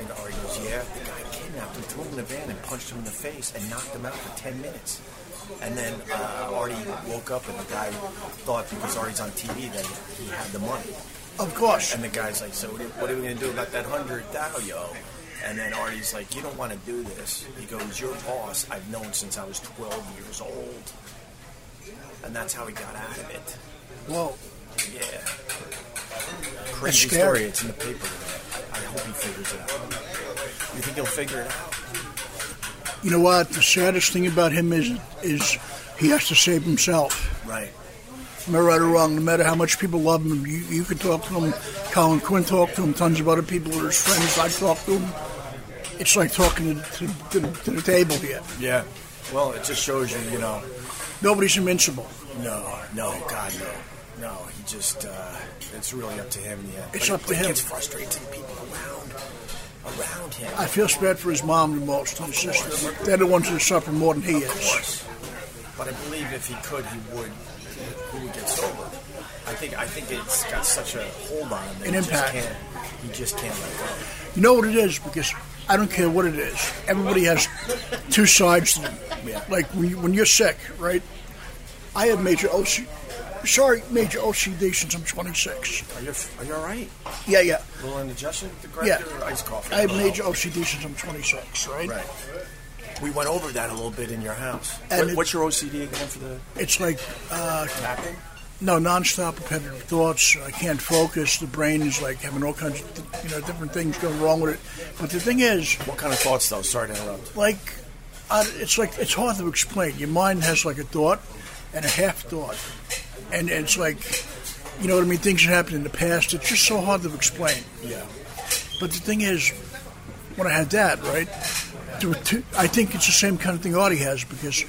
S4: And Ari goes, yeah, the guy kidnapped him, threw him in a van and punched him in the face and knocked him out for 10 minutes. And then uh, Artie woke up and the guy thought because Artie's on TV that he had the money.
S5: Of course.
S4: And the guy's like, so what are- what are we going to do about that 100 thou, yo? And then Artie's like, you don't want to do this. He goes, your boss I've known since I was 12 years old. And that's how he got out of it.
S5: Well,
S4: Yeah. Crazy
S5: scary.
S4: story. It's in the paper. tonight. I hope he figures it out. You think he'll figure it out?
S5: you know what? The saddest thing about him is is he has to save himself.
S4: Right.
S5: Am I right or wrong? No matter how much people love him, you, you can talk to him. Colin Quinn talked to him. Tons of other people are his friends. I talked to him. It's like talking to, to, to, the- to the table here.
S4: Yeah. Well, it just shows you, you know.
S5: Nobody's invincible.
S4: No, no, God, no. No, he just, uh, it's really up to him in the end.
S5: It's
S4: But-
S5: up to
S4: but
S5: him.
S4: It gets frustrating to the people around, around him.
S5: I feel bad for his mom the most, and his sister. They're the ones that suffer more than he
S4: Of
S5: is.
S4: course. But I believe if he could, he would. He would get sober. I think. I think it's got such a hold on him. That
S5: An
S4: he Just
S5: impact.
S4: can't, he just can't let go.
S5: You know what it is because I don't care what it is. Everybody has two sides to them.
S4: Yeah.
S5: Like when, you, when you're sick, right? I have major OC. Sorry, major OCD since I'm 26.
S4: Are you? Are you all right?
S5: Yeah, yeah.
S4: A little indigestion? The grinder
S5: Yeah.
S4: or ice coffee?
S5: I have major OCD since I'm 26, right?
S4: Right. We went over that a little bit in your house.
S5: And
S4: What,
S5: it-
S4: what's your OCD again for the
S5: It's like, uh,
S4: tapping?
S5: no, nonstop repetitive thoughts. I can't focus. The brain is like having all kinds of, you know, different things going wrong with it. But the thing is,
S4: What kind of thoughts though? Sorry to interrupt.
S5: like, I, it's like, it's hard to explain. Your mind has like a thought and a half thought. And it's like, you know what I mean? Things that happened in the past. It's just so hard to explain.
S4: Yeah.
S5: But the thing is, when I had that, right, to, to, I think it's the same kind of thing Artie has because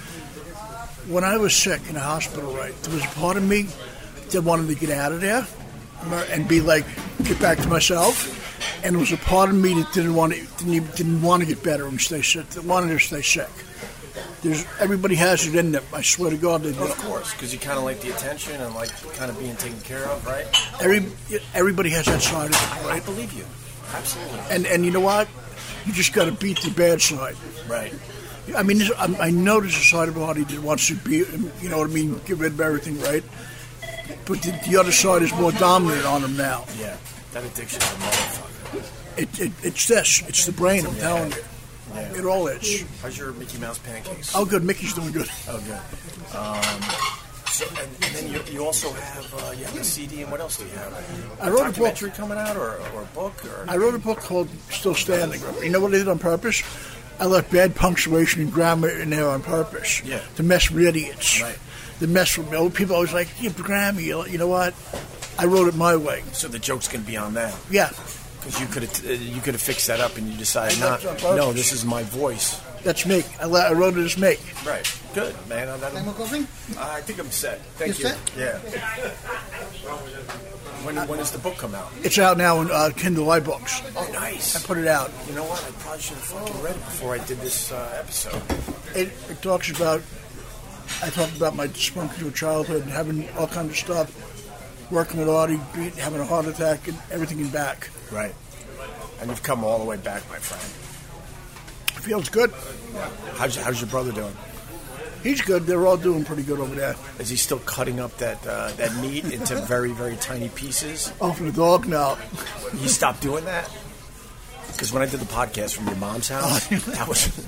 S5: when I was sick in the hospital, right, there was a part of me that wanted to get out of there and be like, get back to myself. And there was a part of me that didn't want to, didn't, even, didn't want to get better and stay sick, that wanted to stay sick. There's, everybody has it in them. I swear to God, they do.
S4: Of course, because you kind of like the attention and like kind of being taken care of, right?
S5: Every, everybody has that side of
S4: I,
S5: them,
S4: I
S5: right?
S4: believe you. Absolutely.
S5: And, and you know what? You just got to beat the bad side.
S4: Right.
S5: I mean, this, I, I know there's a side of Artie that wants to be, you know what I mean, get rid of everything, right? But the, the other side is more dominant on him now.
S4: Yeah. That addiction's a motherfucker.
S5: It, it, it's this, it's the brain, I'm telling you. It all is.
S4: How's your Mickey Mouse pancakes?
S5: Oh, good, Mickey's doing good.
S4: Oh, good. Um, so, and, and then you, you also have uh, you have a CD, and what else do you have?
S5: I wrote a book.
S4: documentary coming out, or, or a book, or
S5: I wrote a book called Still Standing. You know what I did on purpose? I left bad punctuation and grammar in there on purpose.
S4: Yeah.
S5: To mess with idiots.
S4: Right.
S5: To mess with me. People always like, yeah, grammar, you you know what? I wrote it my way.
S4: so the joke's gonna be on that
S5: Yeah,
S4: because you could uh, you could have fixed that up, and you decided
S5: I
S4: not.
S5: left it on
S4: No,
S5: purpose.
S4: this is my voice.
S5: that's me. I, la- I wrote it as me.
S4: Right. Good man. I,
S6: Time
S4: that'll-
S6: of coffee?
S4: I think I'm set. Thank
S6: You're
S4: you. Yeah. When, when does the book come out?
S5: It's out now in uh, Kindle iBooks.
S4: Oh, nice.
S5: I put it out.
S4: You know what? I probably should have fucking read it before I did this uh, episode.
S5: It, it talks about, I talked about my dysfunctional childhood and having all kinds of stuff, working with Audie, beat, having a heart attack, and everything and back.
S4: Right. And you've come all the way back, my friend.
S5: It feels good.
S4: How's, how's your brother doing?
S5: He's good. They're all doing pretty good over there.
S4: Is he still cutting up that uh, that meat into very very tiny pieces?
S5: Off the dog now.
S4: You stopped doing that because when I did the podcast from your mom's
S5: Oh, *laughs*
S4: house, that was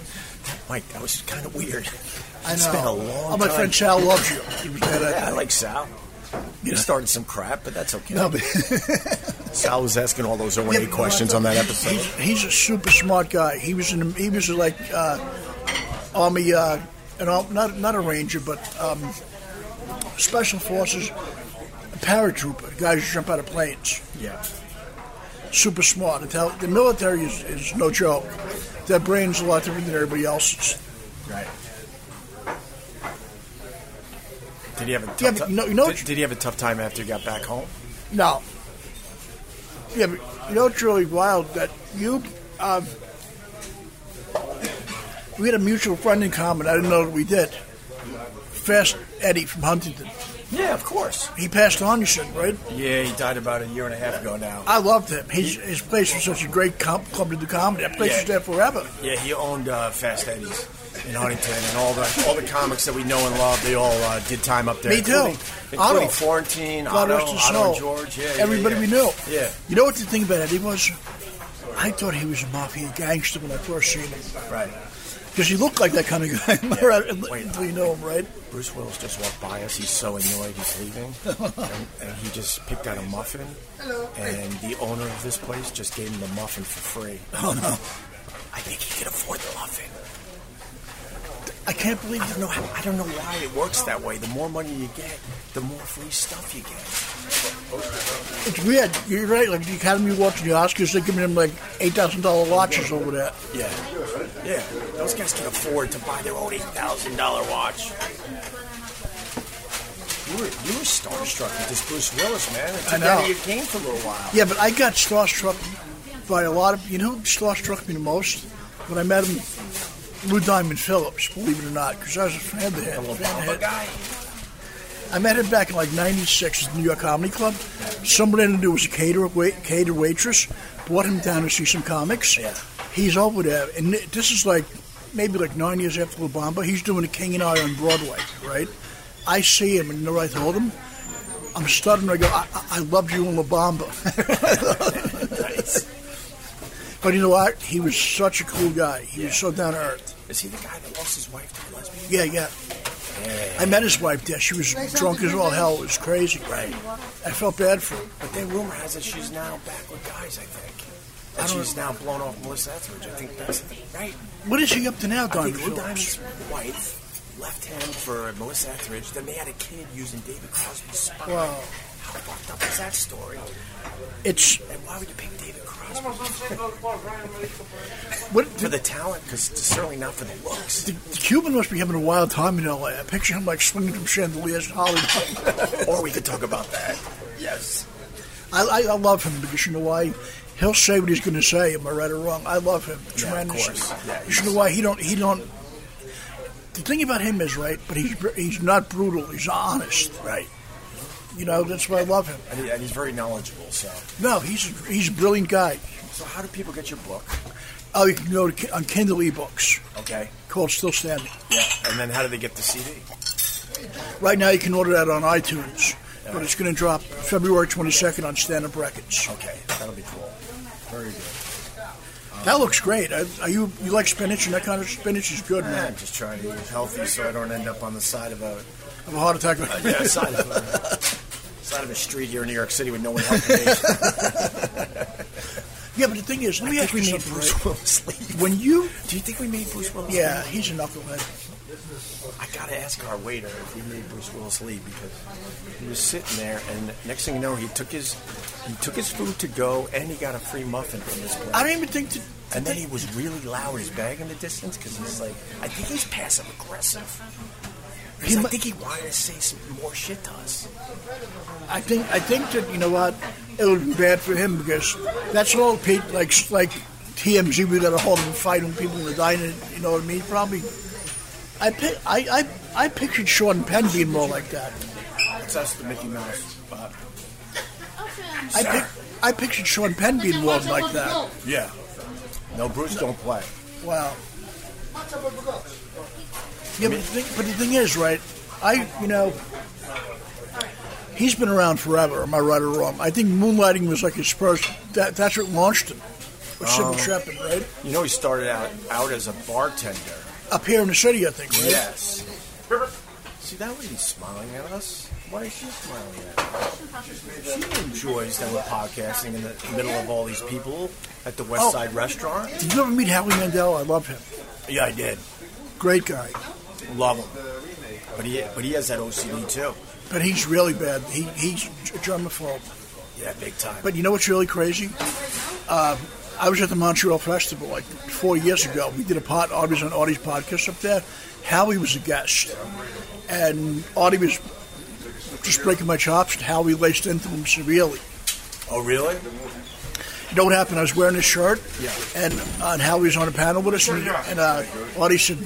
S4: Mike. That was kind of weird.
S5: I know.
S4: It's been a long
S5: oh, my
S4: time.
S5: friend Sal loves you. He was there
S4: Yeah, I
S5: that
S4: like Sal. You started some crap, but that's okay.
S5: No, but
S4: Sal was asking all those O&A
S5: *laughs* Yeah, but-
S4: questions on that episode.
S5: *laughs* he's, he's a super smart guy. He was in. He was like uh, army, uh, an, ar- not not a ranger, but um, special forces, a paratrooper. Guys who jump out of planes.
S4: Yeah.
S5: Super smart. Intel- The military is, is no joke. Their brain's a lot different than everybody else's.
S4: Right. Did he have a tough
S5: Yeah, but
S4: ti-
S5: you know- you know
S4: did,
S5: what-
S4: did he have a tough time after he got back home?
S5: No. Yeah, but you know it's really wild that you. Um, we had a mutual friend in common. I didn't know that we did. Fast Eddie from Huntington.
S4: Yeah, of course.
S5: He passed on, you said, right?
S4: Yeah, he died about a year and a half ago now.
S5: I loved him. His, his place was such a great comp, club to do comedy. That place
S4: Yeah.
S5: was there forever.
S4: Yeah, he owned uh, Fast Eddie's in Huntington, and all the all the comics that we know and love, they all uh, did time up there.
S5: Me too.
S4: Including, including
S5: Otto.
S4: Florentine,
S5: God
S4: Otto,
S5: rest his
S4: Otto and
S5: soul.
S4: George. Yeah, yeah,
S5: Everybody
S4: yeah.
S5: we knew.
S4: Yeah.
S5: You know what the thing about Eddie was? I thought he was a mafia gangster when I first seen him.
S4: Right.
S5: Because he looked like that kind of guy *laughs*
S4: Wait.
S5: until you know him, right?
S4: Bruce Willis just walked by us. He's so annoyed he's
S5: *laughs*
S4: leaving, and, and he just picked out a muffin. And the owner of this place just gave him the muffin for free.
S5: Oh, no.
S4: I think he could afford the muffin.
S5: I can't believe
S4: I don't know. How, I don't know why it works that way. The more money you get, the more free stuff you get.
S5: It's weird. You're right. Like the Academy Awards and the Oscars, they're giving him like eight thousand dollar watches over that.
S4: Yeah, yeah. Those guys can afford to buy their own eight thousand dollar watch. You were you were starstruck with this Bruce Willis man. It took
S5: I
S4: you out
S5: know.
S4: of your game for a little while.
S5: Yeah, but I got starstruck by a lot of. You know, who starstruck me the most when I met him, Lou Diamond Phillips. Believe it or not, because I was a fan of him.
S4: The
S5: Fan of
S4: Obama
S5: him.
S4: guy.
S5: I met him back in like '96 at the New York Comedy Club. Somebody I knew was a cater wait, cater waitress. Brought him down to see some comics.
S4: Yeah.
S5: He's over there, and th- this is like maybe like nine years after La Bamba. He's doing a King and I on Broadway, right? I see him, and you know what I told him? I'm stuttering. I go, I, I- I loved you in La Bamba. But you know what? He was such a cool guy. He was so down to earth.
S4: Is he the guy that lost his wife to a lesbian?
S5: Yeah, yeah. I met his wife there. She was drunk as all hell. It was crazy. Right. I felt bad for him.
S4: But then rumor has it she's now back with guys. I think. And she's now blown off Melissa Etheridge. I think that's right.
S5: What is he up to now,
S4: I
S5: Diamond
S4: think Lou
S5: Phillips?
S4: Diamond's wife left him for Melissa Etheridge. Then they had a kid using David Crosby's sperm.
S5: Wow.
S4: How fucked up is that story?
S5: It's
S4: And why would you pick David Crosby
S5: what
S4: for
S5: the,
S4: the talent? Because certainly not for the looks.
S5: the, the Cuban must be having a wild time in L.A. I picture him like swinging from chandeliers in Hollywood.
S4: *laughs* or we could talk about that. Yes.
S5: I, I, I love him because you know why? He'll say what he's going to say. Am I right or wrong? I love him
S4: Yeah, of
S5: tremendously.
S4: course. Yeah,
S5: you should know
S4: he's-
S5: why he don't he don't. The thing about him is right, but he's he's not brutal. He's honest.
S4: Right.
S5: You know that's why I love him.
S4: And, he- and he's very knowledgeable. So,
S5: No, he's he's a brilliant guy.
S4: so how do people get your book?
S5: Oh, you can go to, Ki- on Kindle eBooks
S4: Okay.
S5: called Still Standing.
S4: Yeah. And then how do they get the CD?
S5: Right now, you can order that on iTunes, but it's going to drop February 22nd on Stand Up Records.
S4: Okay, that'll be cool. Very good.
S5: That looks great. Are, are you you like spinach and that kind of spinach is good, man.
S4: I'm just trying to eat healthy so I don't end up on the side of a
S5: I have a heart attack.
S4: *laughs* yeah, side of a, side of a street here in New York City with no one helping me.
S5: Yeah, but the thing is, let
S4: *laughs*
S5: me
S4: I
S5: ask
S4: think we *laughs*
S5: you
S4: made
S5: something.
S4: Bruce
S5: right?
S4: Willis leave.
S5: When you,
S4: Do you think we made Bruce Willis?
S5: yeah, he's a knucklehead.
S4: leave? I gotta ask our waiter if we made Bruce Willis leave because he was sitting there, and next thing you know, he took his he took his food to go, and he got a free muffin from this place.
S5: I don't even think to.
S4: and then he was really loud, his bag in the distance, because he's like, I think he's passive aggressive. 'Cause
S5: He
S4: I
S5: mu-
S4: think he wanted to say some more shit to us.
S5: I think I think that you know what, it would be bad for him because that's all Pete like like TMZ. We got a hold of a fight when people in the diner. You know what I mean? Probably. I pi- I I, I pictured Sean Penn being more like that.
S4: It's us, the Mickey Mouse. Uh,
S5: I pic- I pictured Sean Penn being more like that.
S4: yeah. No, Bruce don't play.
S5: Wow. Yeah, but the, thing, but the thing is, right? I, you know, he's been around forever. Am I right or wrong? I think moonlighting was like his first. That that's what launched him. With Sybil Chapman, right?
S4: You know, he started out out as a bartender.
S5: Up here in the city, I think. Right?
S4: Yes. See that lady's smiling at us. Why is she smiling at us? She enjoys that we're podcasting in the middle of all these people at the West
S5: Oh.
S4: Side Restaurant.
S5: Did you ever meet Howie Mandel? I love him.
S4: Yeah, I did.
S5: Great guy,
S4: Love him. But he but he has that OCD too.
S5: but he's really bad. He he's a germaphobe.
S4: Yeah, big time.
S5: But you know what's really crazy? Uh, I was at the Montreal Festival like four years ago. We did a pod, I was on Artie's podcast up there. Howie was a guest, and Artie was just breaking my chops. And Howie laced into him severely.
S4: oh, really?
S5: You know what happened? I was wearing this shirt, and, uh, and Howie was on a panel with us, and, and uh, Artie said,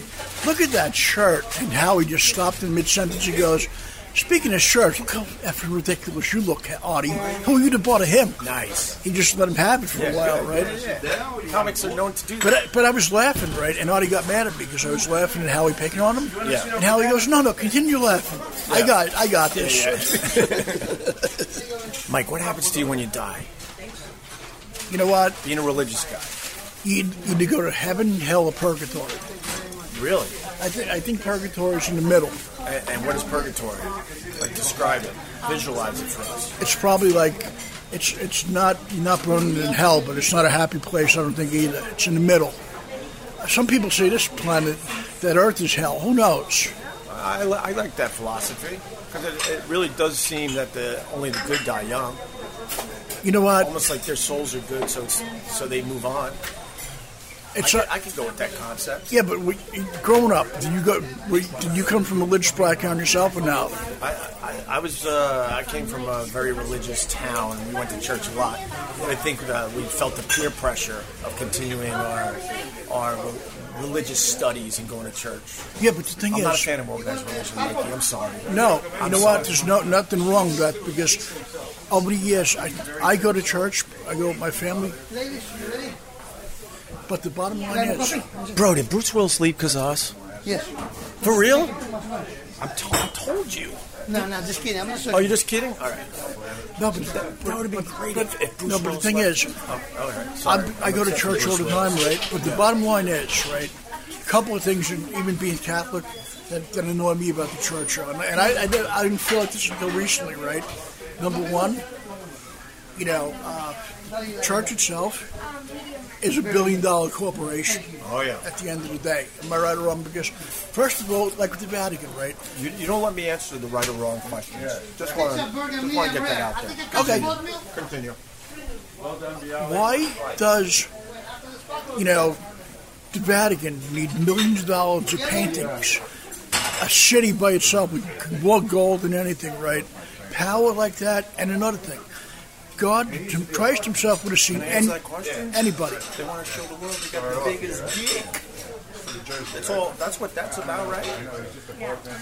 S5: "Look at that shirt," and Howie just stopped in mid sentence. He goes. Speaking of shirts, look how effing ridiculous you look, Artie. Who you'd have bought of him?
S8: Nice.
S5: He just let him have it for a while, right?
S8: Comics are known to do
S5: But
S8: that.
S5: I, but I was laughing, right? And Artie got mad at me because I was laughing at Howie picking on him.
S8: Yeah.
S5: And Howie goes, no, no, continue laughing. I got it. I got this.
S8: Mike, what happens to you when you die?
S5: You know what?
S8: Being a religious guy.
S5: You'd, you'd either go to heaven, hell, or purgatory.
S8: Really?
S5: I, th- I think purgatory is in the middle.
S8: And, and what is purgatory? Like, describe it. Visualize it for us.
S5: It's probably like, it's it's not, you're not burning in hell, but it's not a happy place, I don't think either. It's in the middle. Some people say this planet, that Earth is hell. Who knows?
S8: I, li- I like that philosophy because it, it really does seem that the only the good die young.
S5: You know what?
S8: Almost like their souls are good, so it's, so they move on. I
S5: It's
S8: can,
S5: a,
S8: I can go with that concept.
S5: yeah, but we, growing up, did you go? We, did you come from a religious background yourself or no?
S8: I, I, I was uh, I came from a very religious town. We went to church a lot. But I think uh, we felt the peer pressure of continuing our our re- religious studies and going to church.
S5: Yeah, but the thing
S8: I'm
S5: is,
S8: not a fan of organized religion, Mikey. I'm sorry.
S5: No, you
S8: I'm
S5: know what?
S8: sorry.
S5: There's no nothing wrong with that because over the years, I, I go to church, I go with my family. But the bottom line is,
S8: Bro, did Bruce Will sleep because of us?
S9: Yes.
S8: For real? I'm t- I told you.
S9: No, no, just kidding. I'm not
S8: Oh,
S9: so.
S8: you're just kidding? All right.
S5: no, but that, that would have been great.
S8: But
S5: But,
S8: if Bruce
S5: no, but the
S8: Willis
S5: thing
S8: left-
S5: is,
S8: Oh, all right. Sorry.
S5: I'm, I go to
S8: upset with
S5: church all the
S8: Bruce
S5: time,
S8: Willis.
S5: right? But the bottom line is, right? A couple of things, and even being Catholic, that, that annoy me about the church. And I, and I, I, didn't, I didn't feel like this until recently, right? Number one, you know, uh, church itself is a billion dollar corporation.
S8: Oh, yeah.
S5: At the end of the day, am I right or wrong? Because first of all, like with the Vatican, right?
S8: You, you don't let me answer the right or wrong questions. Just want
S6: Pizza, burger,
S8: to
S6: meat, and
S8: get that
S6: bread. I
S8: out there.
S6: think it comes
S5: Okay.
S6: with oatmeal.
S8: Continue.
S5: Why does you know the Vatican need millions of dollars of paintings? A city by itself with more gold than anything, right? Power like that, and another thing, God, Christ Himself would have seen any, anybody.
S8: They want to show the world they got the biggest dick. That's all. That's what that's about, right?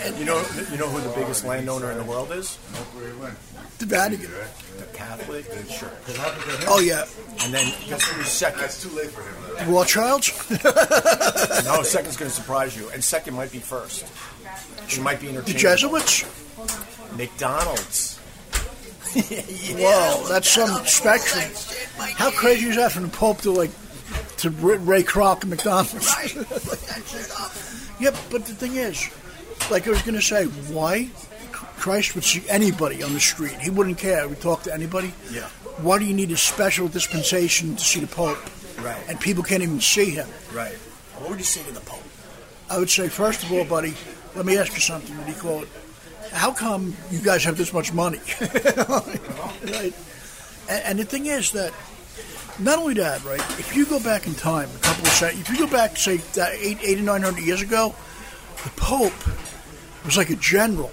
S8: And you know, you know who the biggest landowner in the world is?
S5: The Vatican.
S8: The Catholic Church.
S5: Oh yeah,
S8: And then guess who's second?
S7: too late for him. though.
S5: Rothschilds.
S8: No, second's going to surprise you, and second might be first. She might be
S5: The
S8: interchangeable.
S5: Jesuits.
S8: McDonald's.
S5: Whoa, that's some spectrum. How crazy is that from the Pope to like to Ray Ray Kroc and McDonald's? *laughs* yep, but the thing is, like I was going to say, why Christ would see anybody on the street? He wouldn't care. We talk to anybody.
S8: Yeah.
S5: Why do you need a special dispensation to see the Pope?
S8: Right.
S5: And people can't even see him.
S8: Right. What would you say to the Pope?
S5: I would say, first of all, buddy, let me ask you something. What do you call it? How come you guys have this much money? *laughs* right? And, and the thing is that not only that, right? If you go back in time, a couple of cent, if you go back, say, that eight, eight or nine hundred years ago, the Pope was like a general.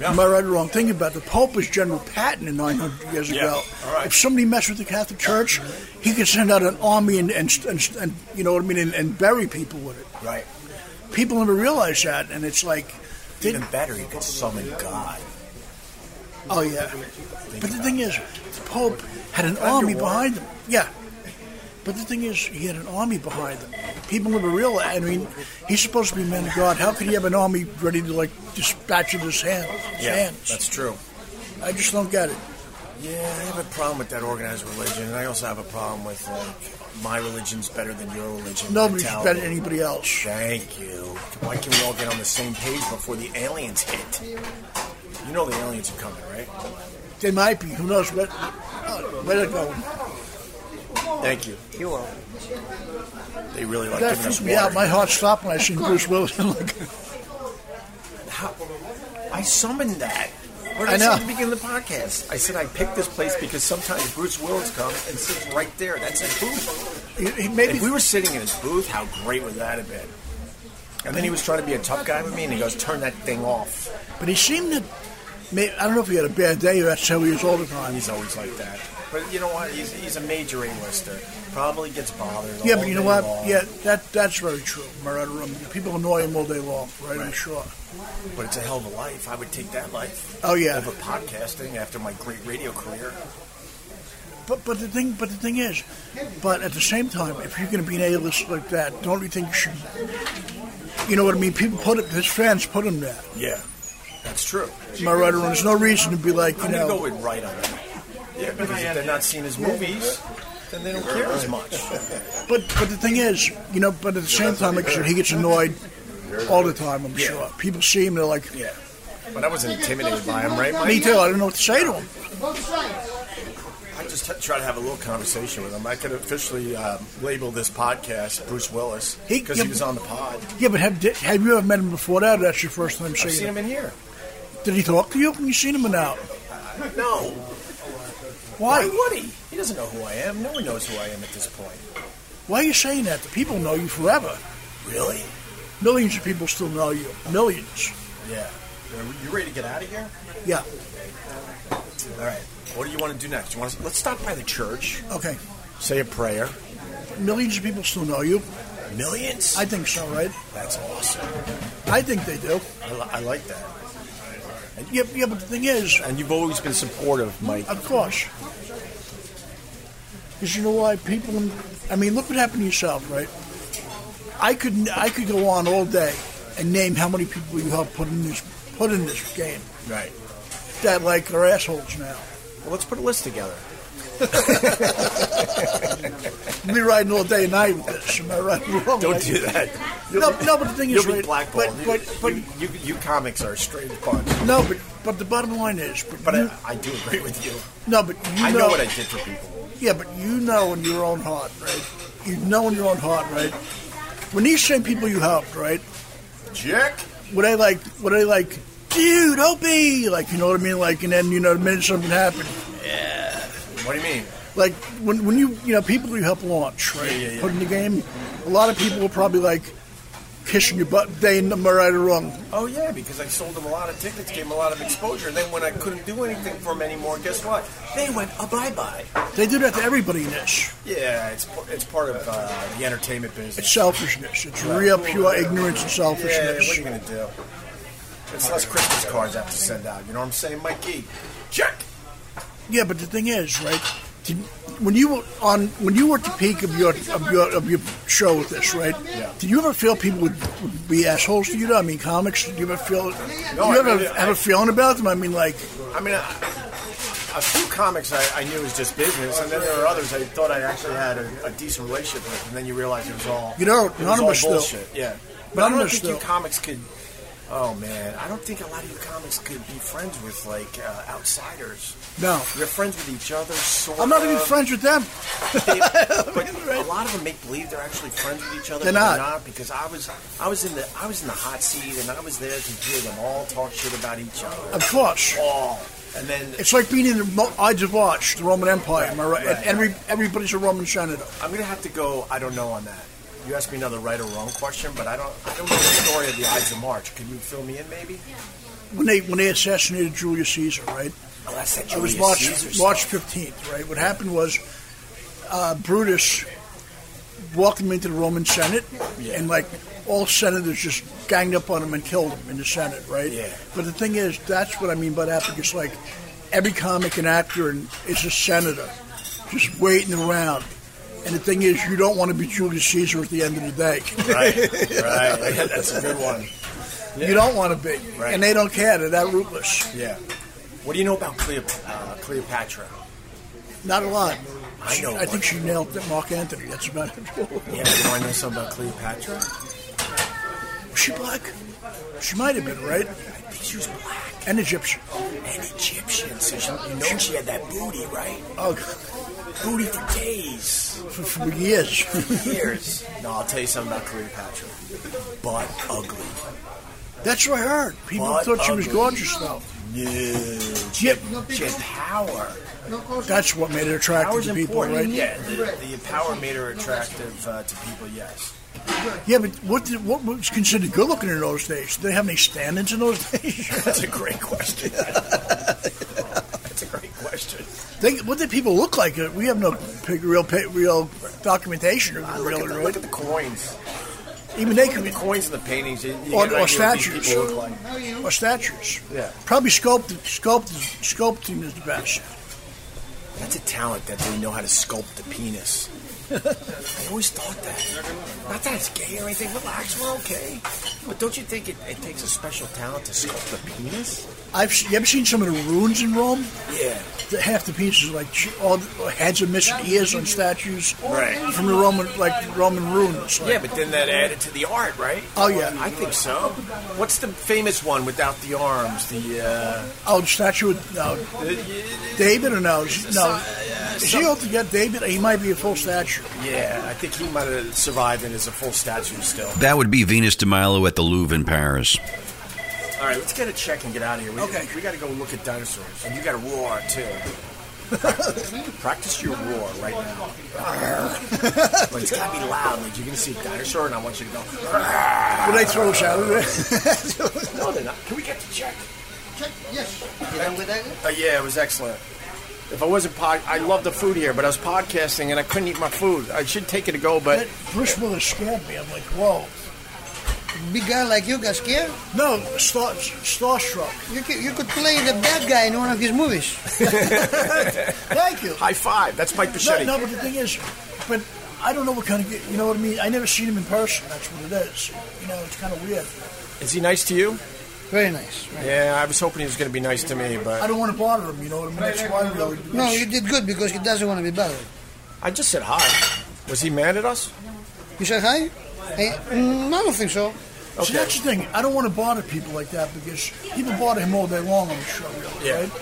S5: Am I right or wrong? Think about it. the Pope was General Patton in 900 years
S8: Yeah.
S5: ago.
S8: All right.
S5: If somebody messed with the Catholic Church, he could send out an army and, and, and, and you know what I mean, and, and bury people with it
S8: Right.
S5: people never realize that, and it's like, they-
S8: Even better, you could summon God.
S5: oh yeah. But the thing is, the Pope had an army
S8: war.
S5: behind him. Yeah. But the thing is, he had an army behind him. People never realize. I mean, he's supposed to be a man of God. How could he have an army ready to like dispatch with his hand? His hands?
S8: that's true.
S5: I just don't get it.
S8: Yeah, I have a problem with that organized religion, and I also have a problem with like my religion's better than your religion.
S5: Nobody's
S8: mentality.
S5: better than anybody else.
S8: Thank you. Why can't we all get on the same page before the aliens hit? You know the aliens are coming, right?
S5: They might be. Who knows? But uh, where they're going.
S8: Thank Oh. you.
S9: You're welcome.
S8: They really like
S5: That
S8: giving us
S5: freaked
S8: water.
S5: me out. My heart stopped when I seen Bruce Willis. *laughs* like,
S8: How- I summoned that. What did
S5: I
S8: I,
S5: know.
S8: say at the beginning of the podcast? I said I picked this place because sometimes Bruce Willis comes and sits right there. That's his booth.
S5: he- he maybe
S8: If we were sitting in his booth, how great would that have been? And then he was trying to be a tough guy with me, and he goes, "Turn that thing off."
S5: But he seemed to May, I don't know if he had a bad day or that's how he was all the time.
S8: He's always like that. But you know what? He's, he's a major A-lister. Probably gets bothered.
S5: Yeah,
S8: all
S5: but you know
S8: day
S5: what?
S8: long.
S5: Yeah, that that's very true. Marietta Rum. People annoy him all day long, right? I'm sure.
S8: But it's a hell of a life. I would take that life
S5: Oh yeah.
S8: over podcasting after my great radio career.
S5: But but the thing but the thing is, but at the same time, if you're going to be an A-list like that, don't you think you should? You know what I mean? People put it. His fans put him there.
S8: Yeah, that's true.
S5: Marietta Rum. There's no reason to be like you
S8: I'm gonna go
S5: know.
S8: with right on that. Yeah, because if they're not seeing his movies, then they don't care as much.
S5: But but the thing is, you know. But at the same time, like I said, he gets annoyed all the time. I'm
S8: Yeah.
S5: sure. People see him, they're like,
S8: Yeah, but I wasn't intimidated by him, right? Mike?
S5: me too. I don't know what to say to him.
S6: Both sides.
S8: I just t- try to have a little conversation with him. I could officially um, label this podcast Bruce Willis
S5: He-
S8: because he, was on the pod.
S5: Yeah, but have have you ever met him before that? Or that's your first time
S8: I've
S5: seeing
S8: seen
S5: him.
S8: him in here.
S5: Did he talk to you when you seen him or not?
S8: No, why
S5: Why?
S8: would he? He doesn't know who I am. No one knows who I am at this point.
S5: Why are you saying that? The people know you forever.
S8: Really?
S5: Millions of people still know you. Millions.
S8: Yeah. You ready to get out of here?
S5: Yeah.
S8: All right. What do you want to do next? You want to, let's stop by the church,
S5: Okay.
S8: say a prayer.
S5: Millions of people still know you.
S8: Millions?
S5: I think so, right?
S8: That's awesome.
S5: I think they do.
S8: I, li- I like *laughs* that.
S5: Yeah, yeah. But the thing is,
S8: And you've always been supportive, Mike.
S5: of course, because you know why people. I mean, look what happened to yourself, right? I could I could go on all day and name how many people you helped put in this put in this game
S8: Right.
S5: that like are assholes now.
S8: Well, let's put a list together.
S5: I'll be riding all day and night with this. Am I right? or wrong?
S8: Don't
S5: Like-
S8: do that.
S5: No, no, but the thing
S8: You'll
S5: is,
S8: be
S5: right,
S8: blackballed.
S5: but- but- but-
S8: you, you, you comics are straight fun.
S5: No, but but the bottom line is, but,
S8: But
S5: you,
S8: I, I do agree with you.
S5: no, but you
S8: I
S5: know,
S8: know what I did for people.
S5: yeah, but you know in your own heart, right? You know in your own heart, right? When these same people you helped, right?
S8: Jack?
S5: Were they like, were they like, dude, Opie, like you know what I mean, like, and then you know the minute something happened,
S8: What do you mean?
S5: like when when you you know people you help launch, right?
S8: Yeah, yeah, yeah.
S5: Put in the game, a lot of people were probably like kissing your butt, they am I right or wrong?
S8: Oh, yeah, because I sold them a lot of tickets, gave them a lot of exposure. Then when I couldn't do anything for them anymore, guess what? They went a bye bye.
S5: They do that to everybody in this.
S8: Yeah, it's, p- it's part of uh, the entertainment business.
S5: It's selfishness. It's real pure ignorance and
S8: Yeah,
S5: selfishness.
S8: what are you gonna do? It's less Christmas cards I have to send out. You know what I'm saying, Mikey? Check.
S5: Yeah, but the thing is, right? to- When you were on, when you were at the peak of your of your of your show with this, right?
S8: Yeah.
S5: Did you ever feel people would, would be assholes to you? I mean, comics. Did you ever feel?
S8: No,
S5: do you ever
S8: I really-
S5: have a feeling about them? I mean, like,
S8: I mean, I, a few comics I, I knew was just business, and then there were others I thought I actually had a, a decent relationship with, and then you realize it was all
S5: You know,
S8: it
S5: none
S8: was
S5: of
S8: all
S5: us do.
S8: bullshit. Yeah, but
S5: None
S8: I
S5: of
S8: don't
S5: us
S8: think
S5: do.
S8: you comics could. Oh man, I don't think a lot of you comics could be friends with like uh, outsiders.
S5: no,
S8: You're friends with each other, sort
S5: I'm not
S8: of.
S5: even friends with them.
S8: they, but a lot of them make believe they're actually friends with each other.
S5: They're
S8: but
S5: not.
S8: because I was I was in the I was in the hot seat and I was there to hear them all talk shit about each other.
S5: Of course,
S8: All and then
S5: it's like being in the Mo- Ides of March, the Roman Empire. Am I right?
S8: Right,
S5: And every everybody's a Roman senator.
S8: I'm gonna have to go. I don't know on that. You asked me another right or wrong question, but I don't I don't know the story of the Ides of March. Can you fill me in maybe?
S5: When they when they assassinated Julius Caesar, right?
S8: Oh, that's that
S5: It was
S8: Julius
S5: March
S8: Caesar stuff.
S5: March fifteenth, right? What happened was uh, Brutus walked him into the Roman Senate,
S8: Yeah.
S5: and like all senators just ganged up on him and killed him in the Senate, right?
S8: Yeah.
S5: But the thing is, that's what I mean by that because like every comic and actor and is a senator, just waiting around. And the thing is, you don't want to be Julius Caesar at the end of the day.
S8: Right, right. *laughs* Yeah, that's a good one.
S5: You don't want to be,
S8: Right.
S5: and they don't care. They're that ruthless.
S8: Yeah. What do you know about Cleop- uh, Cleopatra?
S5: Not a lot.
S8: I know
S5: I think
S8: one.
S5: she nailed Mark Anthony. That's about it. *laughs*
S8: Yeah, you know I know something about Cleopatra.
S5: Was she black? She might have been, right?
S8: I think she was black.
S5: And Egyptian.
S8: An Egyptian, so she, you know she had that booty, right?
S5: Oh,
S8: Booty for days,
S5: for, for years.
S8: years. *laughs* no, I'll tell you something about Cleopatra. But ugly.
S5: That's what I heard. People
S8: But uh,
S5: thought she was
S8: ugly.
S5: gorgeous, though.
S8: No.
S5: Yep.
S8: She had power.
S5: That's what made it attractive
S8: Power's
S5: to people,
S8: important.
S5: right?
S8: Yeah, the, the power made her attractive uh, to people, yes.
S5: Yeah, but what did, what was considered good looking in those days? Did they have any stand-ins in those *laughs* days?
S8: That's a great question. That's a great question.
S5: they, what did people look like? Uh, We have no pic, real pic, real documentation of
S8: I
S5: the
S8: look,
S5: real.
S8: at the,
S5: right?
S8: look at the coins.
S5: Even they
S8: Look
S5: could
S8: at
S5: be
S8: the coins in the paintings. You, you
S5: Or-
S8: get
S5: or
S8: an idea what these
S5: statues.
S8: people look like.
S5: or statues.
S8: Yeah.
S5: Probably sculpted, sculpted, sculpting is the best.
S8: That's a talent that they know how to sculpt the *laughs* penis. I always thought that. Not that it's gay or anything. Relax, we're okay. But don't you think it, it takes a special talent to sculpt the penis?
S5: I've se- you ever seen some of the ruins in Rome?
S8: Yeah.
S5: The- half the pieces, like ch- all the heads are missing ears on statues,
S8: Right.
S5: From the Roman, like Roman ruins. Like,
S8: Yeah, but then that added to the art, right?
S5: Oh, yeah.
S8: I think so. What's the famous one without the arms? The uh,
S5: Oh, the statue of no, David or no? Is- No, is he
S8: some-
S5: able to get David? He might be a full statue.
S8: yeah, I think he might have survived and is a full statue still.
S1: That would be Venus de Milo at the Louvre in Paris.
S8: All right, let's get a check and get out of here. We,
S5: Okay.
S8: We got to go look at dinosaurs, and you got to roar too. *laughs* Practice your roar right now. *laughs* but it's got to be loud. Like you're gonna see a dinosaur, and I want you to go.
S5: But they throw us out of there.
S8: No, they're not. Can we get the check?
S6: Check, yes. You done with that?
S8: Uh, yeah, it was excellent. If I wasn't pod, I love the food here, but I was podcasting and I couldn't eat my food. I should take it to go, but
S5: That Bruce Willis scared me. I'm like, whoa.
S6: Big guy like you got scared?
S5: No, star, starstruck.
S6: You could, you could play the bad guy in one of his movies.
S5: Thank you.
S8: high five. That's Mike
S5: No,
S8: Bichetti.
S5: no, but the thing is, but I don't know what kind of, you know what I mean? I never seen him in person. That's what it is. You know, it's kind of weird.
S8: Is he nice to you?
S6: Very nice.
S8: Yeah, I was hoping he was gonna be nice to me,
S5: I
S8: but
S5: don't want to bother him, you know what I mean? That's why really.
S6: No, you did good because he doesn't want to be bothered.
S8: I just said hi. Was he mad at us?
S6: You said hi? Hey, mm, I don't think so.
S5: See, that's the thing. I don't want to bother people like that because people bother him all day long on the show, really,
S8: Yeah.
S5: right?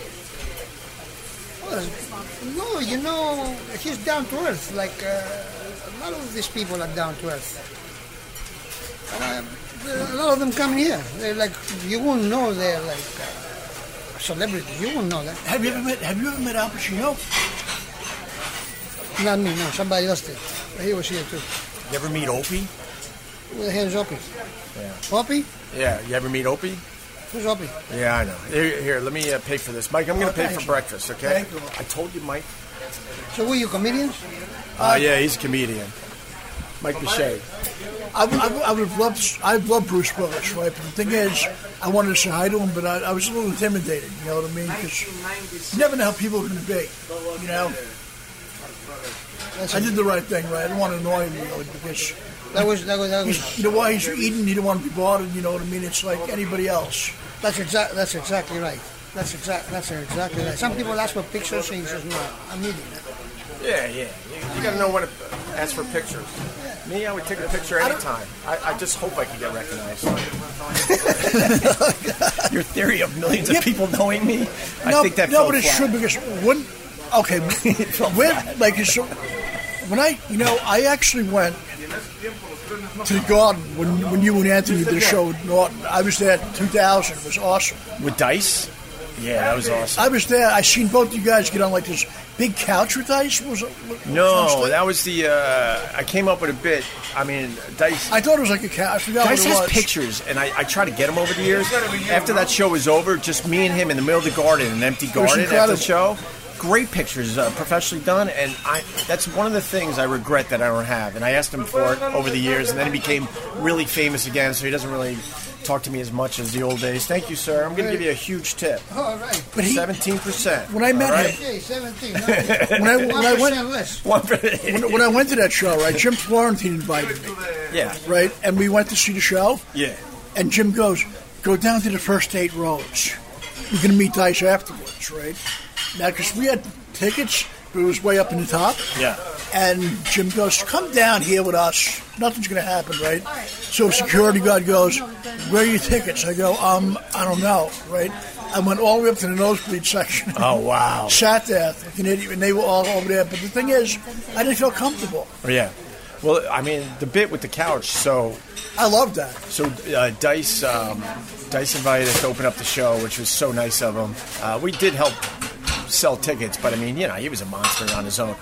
S6: Well, no, you know, he's down to earth. Like, uh, a lot of these people are down to earth. Uh, a lot of them come here. They're like, you won't know they're like uh, celebrities. You won't know that.
S5: Have you ever met, have you ever met Al Pacino?
S6: Not me, no. Somebody else did. He was here too.
S8: You ever meet Opie?
S6: With hands Opie.
S8: Yeah.
S6: Opie?
S8: Yeah, you ever meet Opie?
S6: Who's Opie?
S8: Yeah, I know. Here, here let me uh, pay for this, Mike. I'm going
S5: Oh,
S8: to pay
S5: thank
S8: for
S5: you.
S8: breakfast, okay?
S5: Thank you.
S8: I told you, Mike.
S6: So were you comedians?
S8: Uh, yeah, he's a comedian. Mike Bichette.
S5: I, w- I w- I would have loved, I love Bruce Willis, right? But the thing is, I wanted to say hi to him, but I, I was a little intimidated, you know what I mean? Because you never know how people are going to be, you know?
S6: That's
S5: I did the right thing, right? I didn't want to annoy him, you know, because
S6: That was that was that was
S5: he's, you know why he's eating, you don't want to be bothered, you know what I mean? It's like anybody else.
S6: that's exact that's exactly right. That's exact that's exactly right. Some people ask for pictures and he says no, I'm eating
S5: *laughs*
S6: it.
S8: Yeah, yeah. You, you got to know when to ask for pictures. Me, I would take a picture anytime. I, I, just hope I can get recognized. Your theory of millions of people knowing me?
S5: no, no, but it's true because when
S8: *laughs*
S5: okay, when like it's, when I you know I actually went to the garden when when you and Anthony did a show with Norton. I was there in 2000. It was awesome.
S8: With dice? Yeah, that was awesome.
S5: I was there. I seen both you guys get on like this big couch with ice. Was it- was-
S8: No, that was the. Uh, I came up with a bit. I mean, dice.
S5: I thought it was like a couch. I forgot
S8: Dice
S5: what it
S8: has
S5: was.
S8: pictures, and I, I try to get him over the years. After that show was over, just me and him in the middle of the garden, an empty
S5: was
S8: garden after the
S5: incredible.
S8: show. Great pictures, uh, professionally done, and I that's one of the things I regret that I don't have. And I asked him for it over the years, and then he became really famous again, so he doesn't really talk to me as much as the old days. Thank you, sir. I'm going to give you a huge tip.
S6: All right.
S5: But he,
S8: Seventeen percent.
S5: when I met
S8: *laughs*
S5: him,
S6: Okay, seventeen.
S5: when I, when I went
S6: less.
S5: when, when I went to that show, right? Jim Florentine invited me,
S8: yeah,
S5: right? And we went to see the show.
S8: yeah.
S5: And Jim goes, go down to the first eight rows. We're going to meet Dice afterwards, right? Now, because we had tickets, but it was way up in the top.
S8: Yeah.
S5: And Jim goes, come down here with us. Nothing's going to happen, right? So security guard goes, where are your tickets? I go, um, I don't know, right? I went all the way up to the nosebleed section.
S8: Oh
S5: *laughs*
S8: wow.
S5: Sat there like an idiot, and they were all over there. But the thing is, I didn't feel comfortable.
S8: Yeah. Well, I mean, the bit with the couch. So
S5: I loved that.
S8: So uh, Dice, um, Dice invited us to open up the show, which was so nice of him. Uh, we did help sell tickets, but I mean, you know, he was a monster on his own.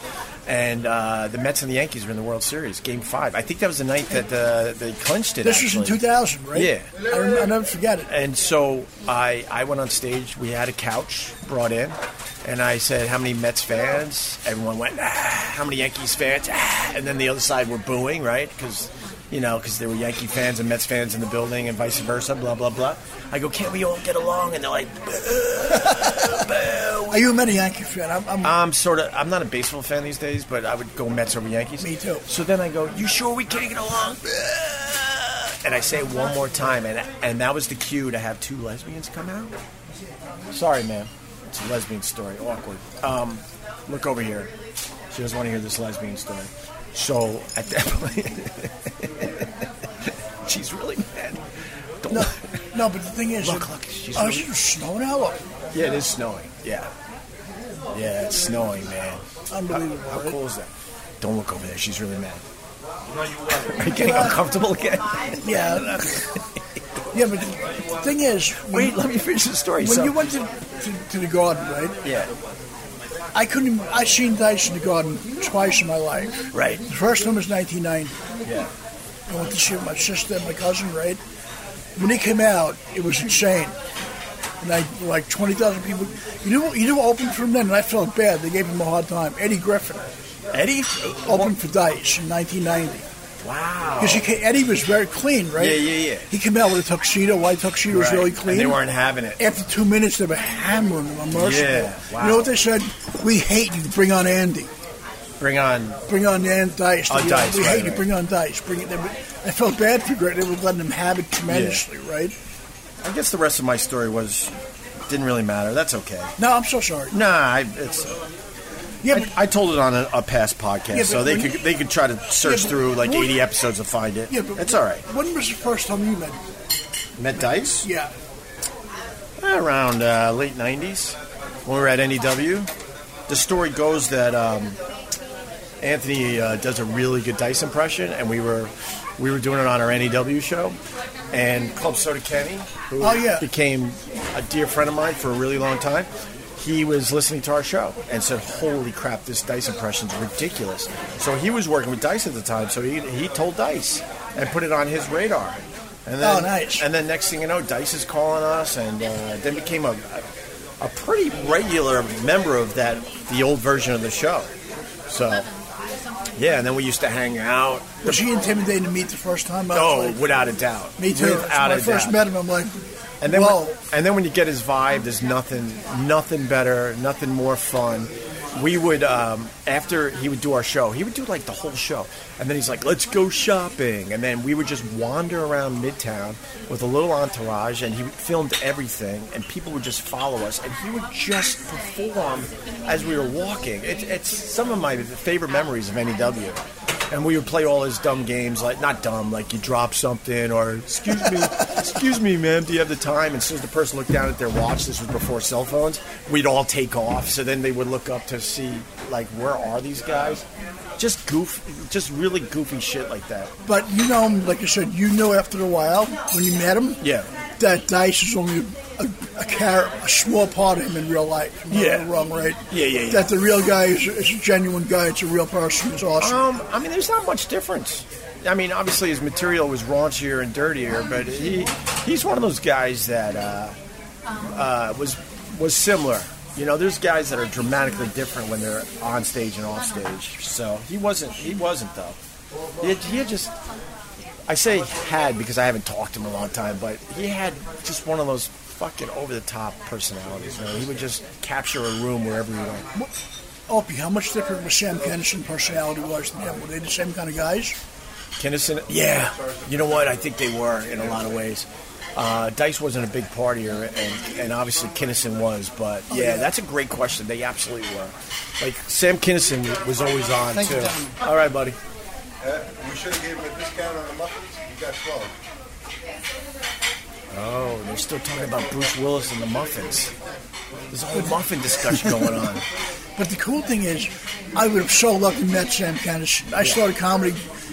S4: And uh, the Mets and the Yankees were in the World Series, Game Five. I think that was the night that uh, they clinched it.
S5: This was in
S4: actually.
S5: 2000, right?
S4: Yeah.
S5: I, rem- I never forget it.
S4: And so I, I went on stage. We had a couch brought in, and I said, "How many Mets fans?" Everyone went, ah. "How many Yankees fans?" Ah. And then the other side were booing, right? Because you know, because there were Yankee fans and Mets fans in the building, and vice versa. Blah blah blah. I go, "Can't we all get along?" And they're like,
S5: Are you a many Yankee fan? I'm, I'm
S4: I'm sort of. I'm not a baseball fan these days, but I would go Mets over Yankees.
S5: Me too.
S4: So then I go, "You sure we can't get along?" And I say it one more time, and and that was the cue to have two lesbians come out. Sorry, ma'am. It's a lesbian story. Awkward. Um, look over here. She doesn't want to hear this lesbian story. So at that point, *laughs* she's really mad. Don't.
S5: no, no, but the thing is,
S4: Look, look, she's
S5: oh,
S4: really-
S5: she's snowing hell up.
S4: Yeah, it is snowing. Yeah. Yeah, it's snowing, man.
S5: Unbelievable,
S4: How, how
S5: right?
S4: cool is that? Don't look over there. She's really mad. *laughs* Are you getting uncomfortable again?
S5: Yeah, yeah, but the thing is, when,
S4: Wait, let me finish the story.
S5: when
S4: So-
S5: you went to, to, to the garden, right?
S4: yeah,
S5: I couldn't. even- I seen Dice in the garden twice in my life.
S4: right.
S5: The first one was 1990.
S4: Yeah,
S5: I went to see my sister and my cousin, right? When he came out, it was insane. And I like twenty thousand people. You know, you know, opened for him then, and I felt bad. They gave him a hard time. Eddie Griffin
S4: Eddie.
S5: opened for Dice in 1990.
S4: Wow.
S5: Because Eddie was very clean, right?
S4: Oh. Yeah, yeah, yeah.
S5: He came out with a tuxedo, white tuxedo, was
S4: Right.
S5: really
S4: And
S5: clean.
S4: they weren't having it.
S5: After two minutes, they were hammering him. Merciful.
S4: Yeah, wow.
S5: You know what they said? We hate you. Bring on Andy.
S4: Bring on.
S5: Bring on Andy Dice.
S4: Oh,
S5: You know,
S4: Dice,
S5: We
S4: right,
S5: hate you.
S4: right.
S5: Bring on Dice. Bring it. They were, I felt bad for Greg. They were letting him have it tremendously, right?
S4: I guess the rest of my story was didn't really matter. That's okay.
S5: No, I'm so sorry.
S4: Nah, I, it's.
S5: Yeah,
S4: I,
S5: but,
S4: I told it on a, a past podcast,
S5: Yeah, but
S4: so they
S5: when-
S4: could they could try to search
S5: but
S4: through like
S5: when-
S4: eighty episodes to find it.
S5: yeah, but
S4: it's all right.
S5: When was the first time you met?
S4: Met Dice.
S5: Yeah.
S4: around uh, late 90s when we were at NEW. The story goes that um, Anthony uh, does a really good dice impression, and we were we were doing it on our NEW show, and Club Soda Kenny, who
S5: Oh, yeah.
S4: became a dear friend of mine for a really long time. He was listening to our show and said, "Holy crap, this Dice impression's ridiculous." So he was working with Dice at the time, so he, he told Dice and put it on his radar. And then,
S5: Oh, nice.
S4: And then next thing you know, Dice is calling us, and uh, then became a, a pretty regular member of that the old version of the show. So yeah, and then we used to hang out.
S5: Was he intimidating to meet the first time? I
S4: Oh,
S5: was like,
S4: without a doubt.
S5: me too.
S4: Without
S5: when
S4: a
S5: I first
S4: doubt.
S5: met him, I'm like,
S4: And then,
S5: whoa.
S4: when, and then when you get his vibe, there's nothing, nothing better, nothing more fun. We would um, after he would do our show, he would do like the whole show, and then he's like, "Let's go shopping," and then we would just wander around Midtown with a little entourage, and he filmed everything, and people would just follow us, and he would just perform as we were walking. It, it's some of my favorite memories of NEW. And we would play all his dumb games, like not dumb, like you drop something or excuse me, excuse me, ma'am, do you have the time? And as soon as the person looked down at their watch, this was before cell phones, we'd all take off. So then they would look up to see like where are these guys? Just goof, just really goofy shit like that.
S5: But you know, like I said, you know after a while when you met him,
S4: Yeah.
S5: that dice is only a, a, car- a small part of him in real life. Am I
S4: Yeah.
S5: wrong, right?
S4: Yeah, yeah, yeah.
S5: That the real guy is, is a genuine guy. It's a real person. It's awesome.
S4: Um, I mean, there's not much difference. I mean, obviously his material was raunchier and dirtier, but he he's one of those guys that uh, uh, was was similar. You know, there's guys that are dramatically different when they're on stage and off stage. So he wasn't. He wasn't though. He, had- he had just. I say had because I haven't talked to him in a long time, but he had just one of those fucking over the top personalities. Man. He would just capture a room wherever he went.
S5: Opie, how much different was Sam Kennison personality wise than him? Were they the same kind of guys?
S4: Kinnison, yeah. You know what? I think they were in a lot of ways. Uh, Dice wasn't a big partier, and, and obviously Kinnison was, but
S5: Oh,
S4: yeah, that's a great question. They absolutely were. Like Sam Kinnison was always on
S5: Thank you,
S4: too.
S5: Tom.
S4: All right, buddy.
S10: Uh, we should have gave him a discount on the muffins. You got 12.
S4: Oh, they're still talking about Bruce Willis and the muffins. There's a whole muffin discussion going on.
S5: But the cool thing is, I was so lucky met Sam Kennis. I started comedy.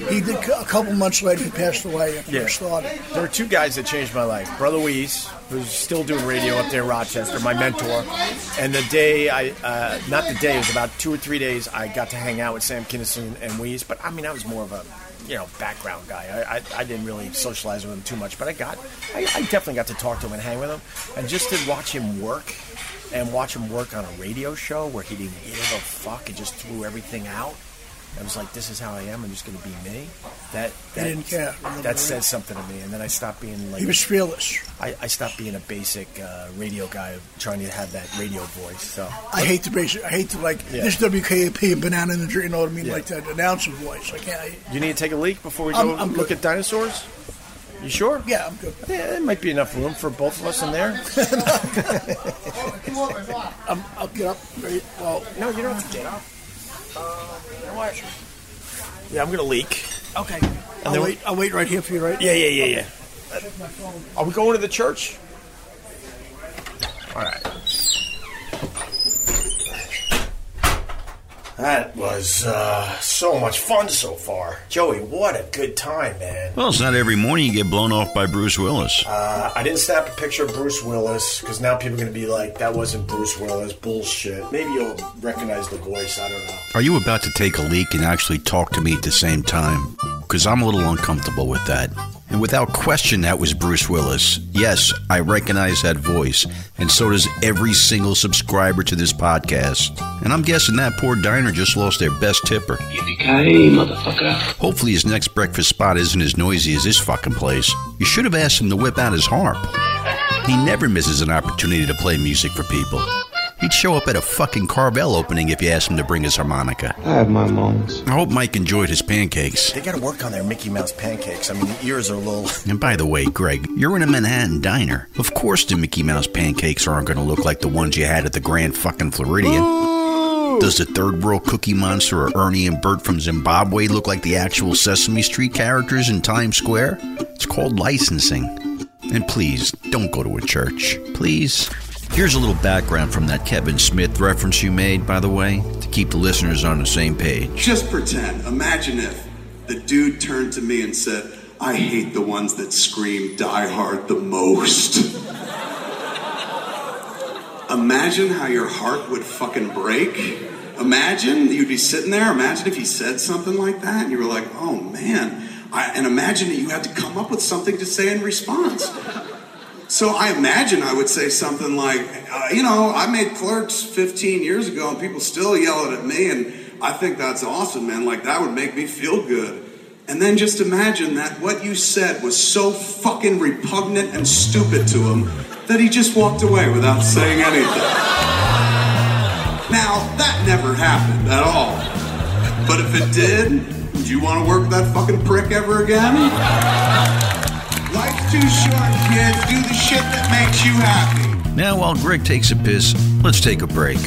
S5: He did a couple months later. He passed away after
S4: Yeah.
S5: I started.
S4: There were two guys that changed my life. Brother Weiss, who's still doing radio up there in Rochester, my mentor. And the day I, uh, not the day, it was about two or three days, I got to hang out with Sam Kinison and Weiss. But I mean, I was more of a, you know, background guy. I, I, I didn't really socialize with him too much. But I got, I, I definitely got to talk to him and hang with him. And just to watch him work and watch him work on a radio show where he didn't give a fuck and just threw everything out. I was like, this is how I am. I'm just going to be me. That, that
S5: didn't care.
S4: That said something to me, and then I stopped being like
S5: He was fearless.
S4: I, I stopped being a basic uh, radio guy trying to have that radio voice. So
S5: I hate the basic. I hate the like
S4: Yeah.
S5: this WKAP and banana in the drink. You know what I mean?
S4: Yeah.
S5: Like that announcer voice. I can't. I,
S4: you need to take a leak before we
S5: I'm-
S4: go
S5: I'm
S4: look
S5: good.
S4: at dinosaurs. You sure?
S5: yeah, I'm good.
S4: Yeah, there might be enough room for both of us in there. Um,
S5: I'm, I'll get up. Right? Well,
S4: No, you don't have to get up. Yeah, I'm gonna leak.
S5: okay.
S4: then
S5: I'll
S4: we-
S5: wait. I'll wait right here for you. Right?
S4: Yeah, yeah, yeah, yeah. Are we going to the church? All right. That was uh, so much fun so far, Joey. What a good time, man.
S1: Well, it's not every morning you get blown off by Bruce Willis.
S4: Uh, I didn't snap a picture of Bruce Willis because now people are going to be like, that wasn't Bruce Willis. Bullshit. Maybe you'll recognize the voice. I don't know.
S1: Are you about to take a leak and actually talk to me at the same time? Because I'm a little uncomfortable with that. And without question, that was Bruce Willis. Yes, I recognize that voice, and so does every single subscriber to this podcast. And I'm guessing that poor diner just lost their best tipper. Hopefully, his next breakfast spot isn't as noisy as this fucking place. You should have asked him to whip out his harp. He never misses an opportunity to play music for people. He'd show up at a fucking Carvel opening if you asked him to bring his harmonica. I have my moments. I hope Mike enjoyed his pancakes.
S4: They got to work on their Mickey Mouse pancakes. I mean, the ears are a little.
S1: And by the way, Greg, you're in a Manhattan diner. Of course, the Mickey Mouse pancakes aren't going to look like the ones you had at the Grand fucking Floridian. Does the third world Cookie Monster or Ernie and Bert from Zimbabwe look like the actual Sesame Street characters in Times Square? It's called licensing. And please, don't go to a church. Please. Here's a little background from that Kevin Smith reference you made, by the way, to keep the listeners on the same page.
S8: Just pretend, imagine if the dude turned to me and said, I hate the ones that scream die hard the most. imagine how your heart would fucking break. Imagine you'd be sitting there. Imagine if he said something like that and you were like, oh man. I, and imagine that you had to come up with something to say in response. So I imagine I would say something like, uh, you know, I made clerks 15 years ago and people still yelling at me, and I think that's awesome, man. Like, that would make me feel good. And then just imagine that what you said was so fucking repugnant and stupid to him that he just walked away without saying anything. Now, that never happened at all. But if it did, would you want to work with that fucking prick ever again? Life's too short, kids. Do the shit that makes you happy.
S1: Now, while Greg takes a piss, let's take a break.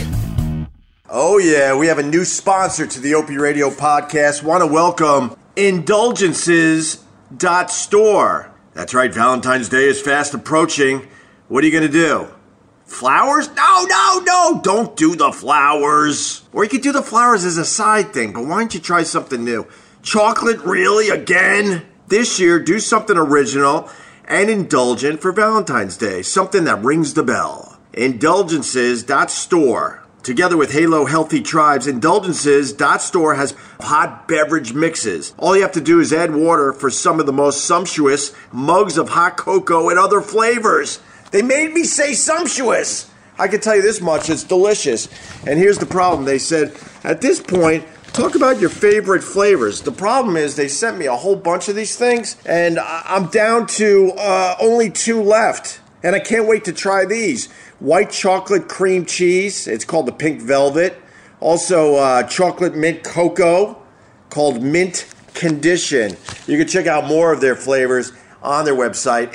S4: Oh, yeah. We have a new sponsor to the Opie Radio podcast. Want to welcome indulgences.store. That's right. Valentine's Day is fast approaching. What are you going to do? Flowers? No, no, no. Don't do the flowers. Or you could do the flowers as a side thing, but why don't you try something new? Chocolate, really? Again? This year, do something original and indulgent for Valentine's Day. Something that rings the bell. Indulgences.store. Together with Halo Healthy Tribes, Indulgences.store has hot beverage mixes. All you have to do is add water for some of the most sumptuous mugs of hot cocoa and other flavors. They made me say sumptuous. I can tell you this much, it's delicious. And here's the problem they said, at this point, talk about your favorite flavors. The problem is they sent me a whole bunch of these things, and I- I'm down to uh, only two left. And I can't wait to try these white chocolate cream cheese, it's called the pink velvet. Also, uh, chocolate mint cocoa called Mint Condition. You can check out more of their flavors on their website,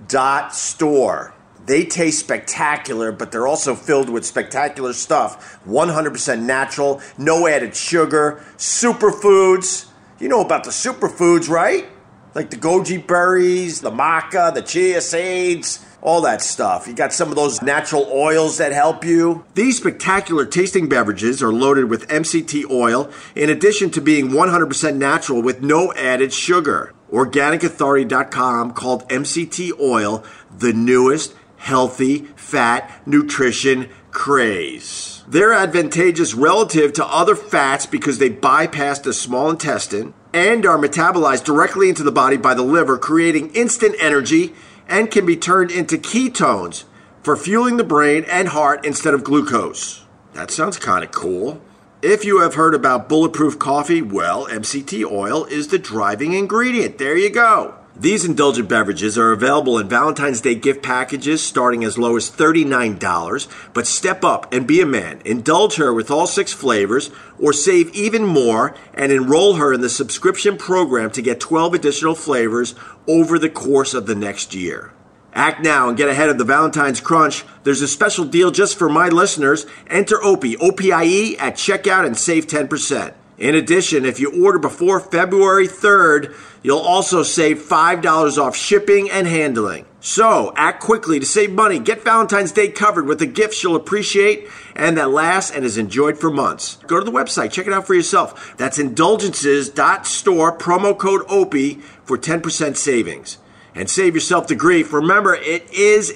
S4: indulgences.store. They taste spectacular, but they're also filled with spectacular stuff 100% natural, no added sugar, superfoods. You know about the superfoods, right? Like the goji berries, the maca, the chia seeds.
S11: all that stuff. You got some of those natural oils that help you. These spectacular tasting beverages are loaded with MCT oil in addition to being 100% natural with no added sugar. OrganicAuthority.com called MCT oil the newest healthy fat nutrition craze. They're advantageous relative to other fats because they bypass the small intestine and are metabolized directly into the body by the liver, creating instant energy and can be turned into ketones for fueling the brain and heart instead of glucose. That sounds kind of cool. If you have heard about bulletproof coffee, well, MCT oil is the driving ingredient. There you go. These indulgent beverages are available in Valentine's Day gift packages starting as low as $39, but step up and be a man. Indulge her with all six flavors or save even more and enroll her in the subscription program to get 12 additional flavors over the course of the next year. Act now and get ahead of the Valentine's crunch. There's a special deal just for my listeners. Enter OPI, OPIE E at checkout and save 10%. In addition, if you order before February 3rd, you'll also save $5 off shipping and handling. So, act quickly to save money. Get Valentine's Day covered with a gift she'll appreciate and that lasts and is enjoyed for months. Go to the website, check it out for yourself. That's indulgences.store, promo code OPI for 10% savings. And save yourself the grief. Remember, it is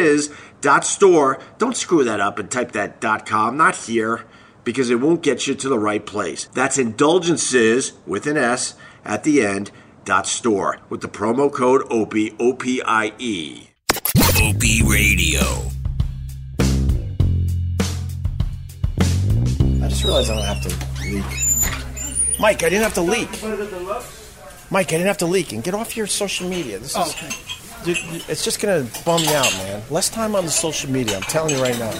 S11: indulgences.store. Don't screw that up and type that .com, not here because it won't get you to the right place. That's indulgences with an S at the end dot store with the promo code OPIE OPIE.
S12: OP Radio.
S8: I just realized I don't have to leak.
S4: Mike, I didn't have to leak. Mike, I didn't have to leak. And get off your social media. This is. Dude, it's just gonna bum me out, man. Less time on the social media. I'm telling you right now.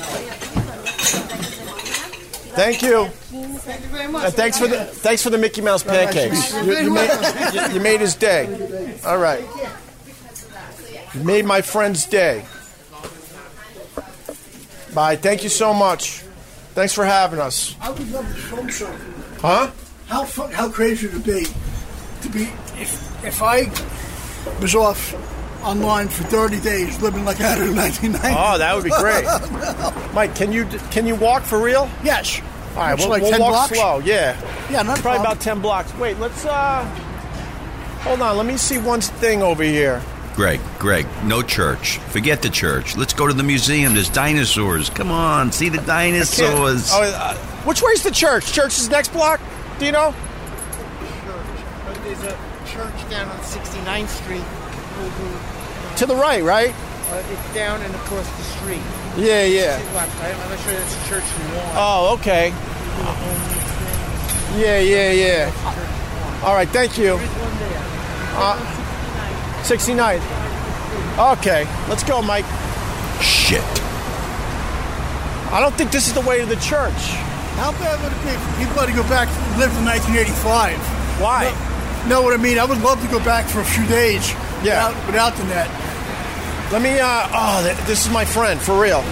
S4: Thank you.
S6: Thank you very much.
S4: And thanks for the thanks for the Mickey Mouse pancakes. You, you made, you, you made his day. All right. You made my friend's day. Bye. Thank you so much. Thanks for having us.
S5: I would love to film something.
S4: Huh?
S5: How fun, how crazy would it be to be if if I was off online for 30 days living like I did in 1990?
S4: Oh, that would be
S5: *laughs*
S4: great. Mike, can you can you walk for real?
S5: yes.
S4: All right,
S5: It's
S4: we'll,
S5: like
S4: we'll
S5: 10
S4: walk
S5: blocks?
S7: Oh,
S4: slow. Yeah.
S5: Yeah, not
S4: probably
S5: a problem.
S4: about ten blocks. Wait, let's uh, hold on. Let me see one thing over here.
S1: Greg, Greg, no church. Forget the church. Let's go to the museum. There's dinosaurs. Come on, see the
S4: Can't-
S1: dinosaurs.
S4: oh, uh, which way's the church? Church is next block. Do you know?
S13: There's a church down on 69th Street.
S4: To the right, right?
S13: Uh, it's down and across the street.
S4: Yeah, yeah.
S13: It's left. I- I'm not sure that's a church in Warren.
S4: Oh, okay. Yeah, yeah, yeah. All right, thank you. Uh, 69. Okay, let's go, Mike.
S1: Shit.
S4: I don't think this is the way to the church.
S5: How bad would it be for people to go back and live in 1985?
S4: Why?
S5: Know, know what I mean? I would love to go back for a few days
S4: Yeah.
S5: without, without the net.
S4: Let me, uh, oh, th- this is my friend, for real.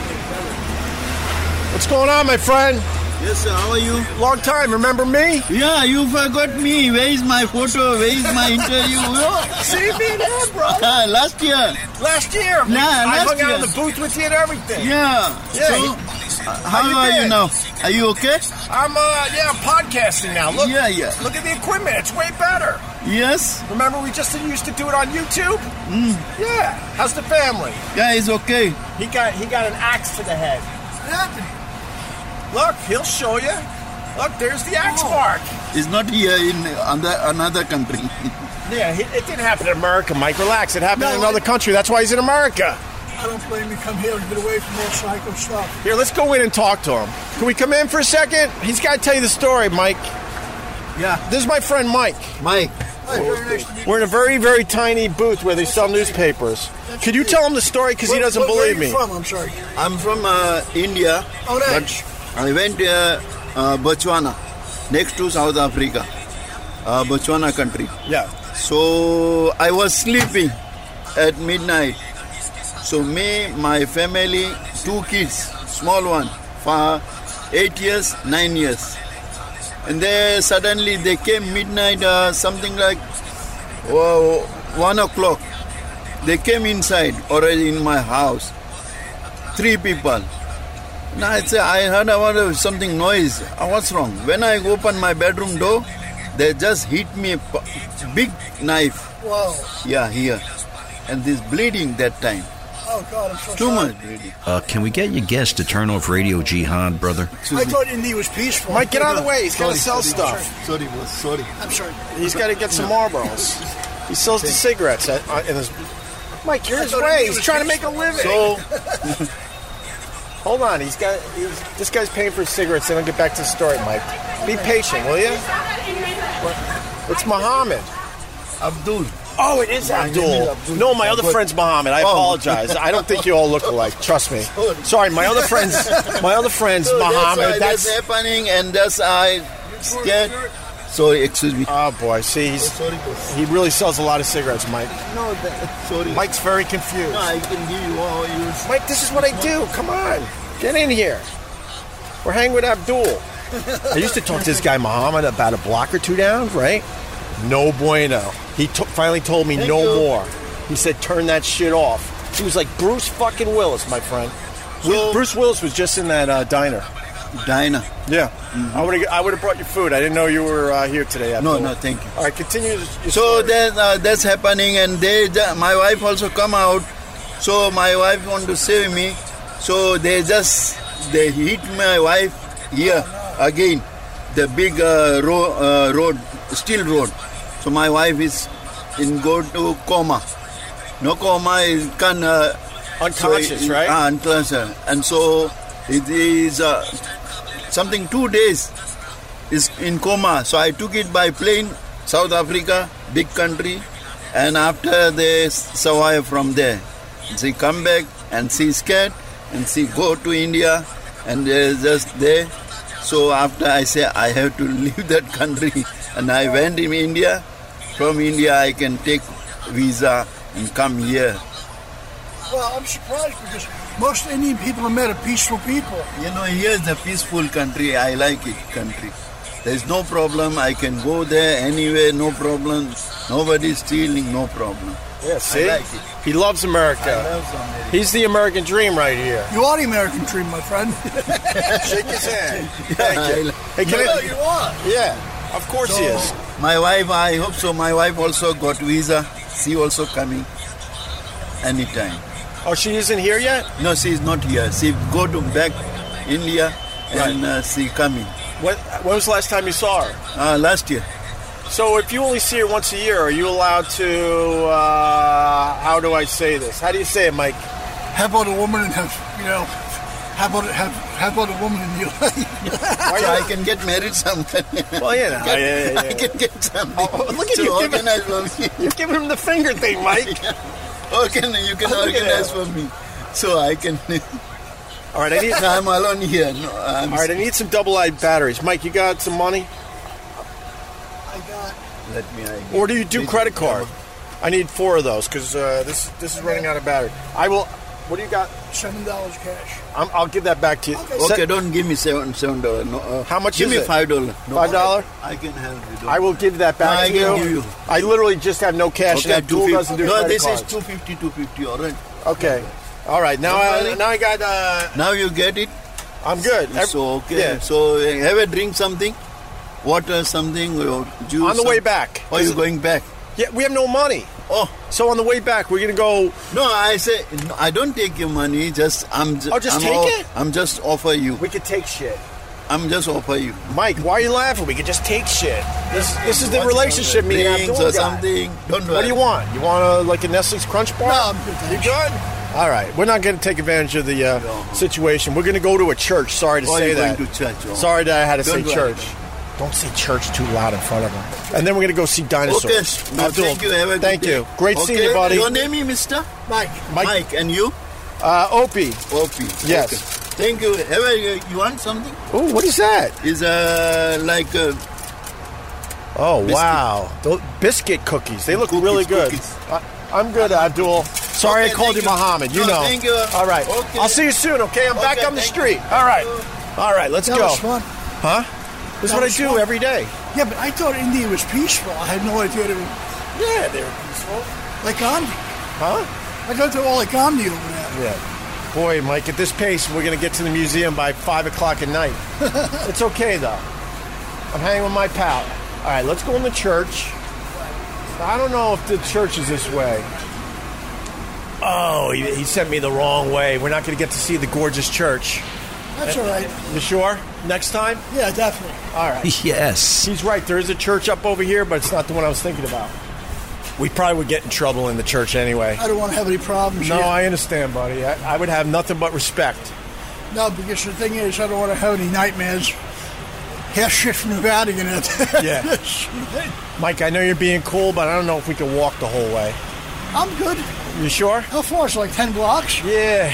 S4: What's going on, my friend?
S14: Yes, sir. How are you?
S4: Long time. Remember me?
S14: Yeah, you forgot me. Where is my photo? Where is my
S5: *laughs*
S14: interview? *laughs* Ah,
S4: See me there, bro.
S14: last year.
S4: Last year.
S14: Yeah,
S4: I
S14: last
S4: hung out in
S14: year.
S4: the booth with you and everything.
S14: Yeah.
S4: Yeah.
S14: So, uh, how are you
S4: doing?
S14: now? Are you okay?
S4: I'm uh yeah, I'm podcasting now.
S5: Oh.
S4: Look
S14: Yeah, yeah.
S4: Look at the equipment, it's way better.
S14: Yes.
S4: Remember we just used to do it on YouTube? Yeah. How's the family?
S14: Yeah, it's okay.
S4: He got he got an axe to the head. What happened? Look, he'll show you. Look, there's the axe mark.
S14: It's not here in another another country. *laughs*
S4: Yeah, he- it didn't happen in America, Mike. Relax. It happened in another country. That's why he's in America.
S5: I don't blame you. Come here and get away from all psycho stuff.
S4: Here, let's go in and talk to him. Can we come in for a second? He's got to tell you the story, Mike.
S14: Yeah.
S4: This is my friend Mike.
S14: Mike.
S4: We're in a very, very tiny booth where they sell newspapers. Could you tell him the story? Because he
S5: Where-
S4: doesn't
S5: where- where
S4: believe
S5: are you
S4: me.
S5: From? I'm sorry.
S14: I'm from uh, India.
S5: Oh,
S14: but
S5: nice.
S14: I went uh, uh, Botswana, next to South Africa, uh, Botswana country.
S4: Yeah.
S14: So I was sleeping at midnight. So me, my family, two kids, small one, for eight years, nine years. And they suddenly they came midnight, uh, something like uh, one oh, o'clock. They came inside or in my house. Three people. Now I say I heard about uh, something noise. Uh, What's wrong? When I open my bedroom door, they just hit me a p- big knife.
S6: Whoa.
S14: Yeah, here, and this bleeding that time.
S6: Oh, God, I'm so
S14: Too
S6: sorry.
S14: much bleeding.
S1: Uh, can we get your guest to turn off Radio Jihad, brother? *laughs*
S6: I thought Indy was peaceful.
S5: Mike, get out of the way. He's got to sell stuff.
S6: Sorry, boss. Sorry. I'm sorry.
S5: He's got to get some Marlboros. He sells the cigarettes at, uh, in his. Mike, you're
S6: I
S5: his
S6: thought
S5: way.
S6: he
S5: He's
S6: was
S5: trying to make
S6: just-
S5: a living.
S6: So-
S5: hold on. He's got. He's, this guy's paying for his cigarettes. Then I'll get back to the story, Mike. Be patient, will you? It's Mohammed.
S14: Abdul.
S5: Oh, it is
S14: My name is
S5: Abdul.
S14: Abdul.
S5: No, my other
S14: But-
S5: friend's Mohammed. I
S14: Oh.
S5: apologize. I don't think you all look alike. Trust me. Sorry, my other friend's my other friend's
S14: So that's why
S5: Mohammed.
S14: that's,
S5: That's
S14: happening, and that's I scared. Sorry, excuse me.
S5: Oh boy, see, he's, he really sells a lot of cigarettes, Mike.
S14: No, sorry.
S5: Mike's very confused.
S14: I can give you all your.
S5: Mike, this is what I do. Come on, get in here. We're hanging with Abdul. I used to talk to this guy Muhammad about a block or two down, right? No bueno. He to- finally told me
S14: Thank
S5: no
S14: you.
S5: more. He said, "Turn that shit off." He was like Bruce fucking Willis, my friend. Wi- Bruce Willis was just in that uh, diner.
S14: Diner.
S5: Yeah, I would have. I would have brought you food. I didn't know you were uh, here today.
S14: No,
S5: Abdul.
S14: no, thank you.
S5: All right, continue. Your
S14: So that uh, that's happening, and they, ju- my wife also come out. So my wife want to save me. So they just they hit my wife here again, the big uh, ro- uh, road, steel road. So my wife is in go to coma. No coma is can uh,
S5: Unconscious,
S14: so,
S5: right?
S14: uh, unconscious, and so it is uh, something two days is in coma. So I took it by plane, South Africa, big country, and after they survive from there, they come back and she scared and she go to India and they just there. So after I say I have to *laughs* leave that country and I went in India. From India I can take visa and come here.
S6: Well, I'm surprised because most Indian people I met are peaceful people.
S14: You know, here's the peaceful country. I like it, country. There's no problem. I can go there anywhere, no problem. Nobody stealing, no problem.
S5: Yeah, see?
S14: I like it.
S5: He loves America.
S14: I love America.
S5: He's the American dream right here.
S6: *laughs* You are the American dream, my friend.
S5: Shake his hand.
S14: I
S5: Thank you.
S14: like-
S5: Hey, can
S14: No,
S5: I-
S14: you are.
S5: Yeah, of course he is.
S14: My wife, I hope so. My wife also got visa. She also coming anytime.
S5: Oh, she isn't here yet?
S14: No, she is not here. She go to back India and uh, she coming.
S5: When, when was the last time you saw her?
S14: Uh, last year.
S5: So if you only see her once a year, are you allowed to, uh, how do I say this? How do you say it, Mike?
S6: How about a woman and have, you know, how about, have, how about a woman in your life?
S14: So I can get married sometime.
S5: Well, you know,
S14: I can,
S5: yeah, yeah,
S14: I
S5: yeah.
S14: can get something.
S5: look at
S14: to
S5: you giving-
S14: organize for me.
S5: *laughs* You're giving him the finger thing,
S14: *laughs*
S5: Mike.
S14: Okay, now you can
S5: Oh, look at
S14: organize
S5: that.
S14: for me, so I can. *laughs*
S5: All right, I need,
S14: I'm alone here. No, I'm
S5: all right, *laughs* I need some double-eyed batteries. Mike, you got some money?
S14: Let me. I
S5: Or do you do credit card? I need four of those because uh, this this is running out of battery. I will. What do you got?
S6: Seven dollars cash.
S5: I'm, I'll give that back to you.
S14: Okay,
S5: Set-
S14: don't give me seven seven dollar. No, uh,
S5: How much
S14: give
S5: is
S14: me
S5: it?
S14: five dollar.
S5: Five dollar?
S14: I can have it.
S5: I will give that
S14: No, I
S5: back to
S14: can
S5: you.
S14: give you.
S5: I literally just have no cash.
S14: Okay,
S5: and Abdul doesn't do
S14: No,
S5: credit
S14: this
S5: cards.
S14: is two fifty, two fifty. All right.
S5: Okay. All right. Now, I,
S14: Okay.
S5: now I got. Uh,
S14: Now you get it.
S5: I'm good. Ev-
S14: So okay.
S5: Yeah.
S14: So uh, have a drink, something, water, something, or juice.
S5: On the way
S14: some-
S5: back.
S14: Oh, you going back?
S5: Yeah, we have no money.
S14: Oh
S5: So on the way back, we're gonna go.
S14: no, I say no, I don't take your money. Just I'm. Ju-
S5: Oh, just
S14: I'm
S5: take
S14: all-
S5: it?
S14: I'm just offer you.
S5: We could take shit.
S14: I'm just offer you.
S5: Mike, why are you laughing? We could just take shit. This this is the relationship me and
S14: Drinks
S5: Abdul
S14: or
S5: got.
S14: something. Don't
S5: What do you want? You want a, like a Nestle's Crunch Bar?
S6: No, I'm good,
S5: You good? All right. We're not going to take advantage of the uh, situation. We're going to go to a church. Sorry to
S14: Oh,
S5: say
S14: you're
S5: that.
S14: going to church, oh.
S5: Sorry that I had to
S14: Don't
S5: say
S14: worry.
S5: church. Don't say church too loud in front of him. And then we're going to go see dinosaurs.
S14: Okay. No,
S5: Abdul,
S14: thank you. Have a good
S5: thank
S14: day.
S5: you. Great
S14: okay.
S5: seeing you, buddy.
S14: Your name is Mr.
S6: Mike.
S14: Mike.
S5: Mike.
S14: and you?
S5: Uh, Opie.
S14: Opie.
S5: Yes.
S14: Okay. Thank you. Have a, you want something?
S5: Oh, what is that?
S14: Is uh like uh,
S5: Oh,
S14: Biscuit.
S5: wow. Those biscuit cookies. They look
S14: Cookies,
S5: really good. Uh,
S14: cookies.
S5: I, I'm good, Abdul. Sorry
S14: Okay,
S5: I called
S14: thank
S5: you
S14: you.
S5: Muhammad. You
S14: No,
S5: know.
S14: thank you.
S5: All right.
S14: Okay.
S5: I'll see you soon, okay? I'm back
S14: Okay,
S5: on the
S14: thank
S5: street.
S14: you.
S5: All right. All right, let's
S6: That
S5: go.
S6: was fun.
S5: Huh? This is
S6: That
S5: what I
S6: was
S5: do
S6: fun.
S5: every day.
S6: Yeah, but I thought India was peaceful. I had no idea they were
S5: Yeah, they're peaceful.
S6: like on.
S4: Huh?
S5: I go to all the comedy over there.
S4: Yeah. Boy, Mike, at this pace, we're going to get to the museum by 5 o'clock at night. it's okay, though. I'm hanging with my pal. All right, let's go in the church. I don't know if the church is this way. Oh, he, he sent me the wrong way. We're not going to get to see the gorgeous church.
S5: That's all right.
S4: You sure? Next time?
S5: Yeah, definitely.
S4: All right.
S1: Yes.
S4: He's right. There is a church up over here, but it's not the one I was thinking about. We probably would get in trouble in the church anyway.
S5: I don't want to have any problems.
S4: No,
S5: here.
S4: I understand, buddy. I, I would have nothing but respect.
S5: No, because the thing is, I don't want to have any nightmares. Half shit from the Vatican. *laughs*
S4: Yeah. Mike, I know you're being cool, but I don't know if we can walk the whole way.
S5: I'm good.
S4: You sure?
S5: How far? It's like 10 blocks?
S4: Yeah.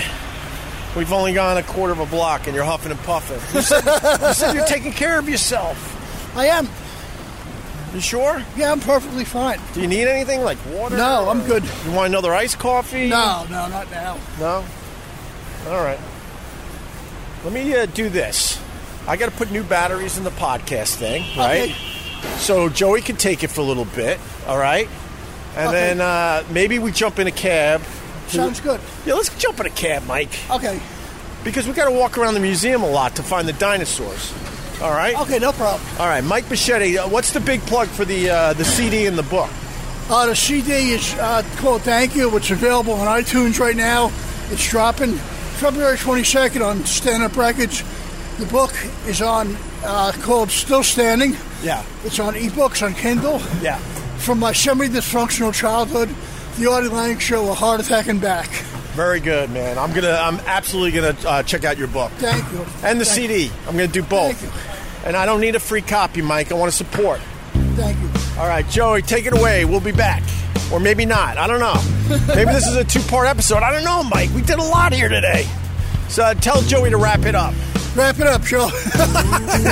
S4: We've only gone a quarter of a block and you're huffing and puffing. You said, you said you're taking care of yourself.
S5: I am.
S4: You sure?
S5: Yeah, I'm perfectly fine.
S4: Do you need anything like water?
S5: No, I'm good.
S4: You want another iced coffee?
S5: No, no, not now.
S4: No? All right. Let me uh, do this. I got to put new batteries in the podcast thing, right?
S5: Okay.
S4: So Joey can take it for a little bit, all right? And
S5: Okay.
S4: then uh, maybe we jump in a cab.
S5: Sounds good.
S4: Yeah, let's jump in a cab, Mike.
S5: Okay.
S4: Because we got to walk around the museum a lot to find the dinosaurs. All right.
S5: Okay, no problem.
S4: All right, Mike Machete. uh, What's the big plug for the uh, the CD and the book?
S5: Uh, the CD is uh, called Thank You. It's available on iTunes right now. It's dropping February 22nd on Stand Up Records. The book is on uh, called Still Standing.
S4: Yeah.
S5: It's on ebooks on Kindle.
S4: Yeah.
S5: From my semi-dysfunctional childhood, the Artie Lang Show, a heart attack and back.
S4: Very good, man. I'm gonna. I'm absolutely gonna uh, check out your book
S5: Thank you.
S4: and the
S5: Thank-
S4: CD. I'm gonna do both. And I don't need a free copy, Mike. I want to support.
S5: Thank you.
S4: All right, Joey, take it away. We'll be back, or maybe not. I don't
S5: *laughs*
S4: know. Maybe this is a two-part episode. I don't know, Mike. We did a lot here today. So uh, tell Joey to wrap it up.
S5: Wrap it up, Joe. *laughs*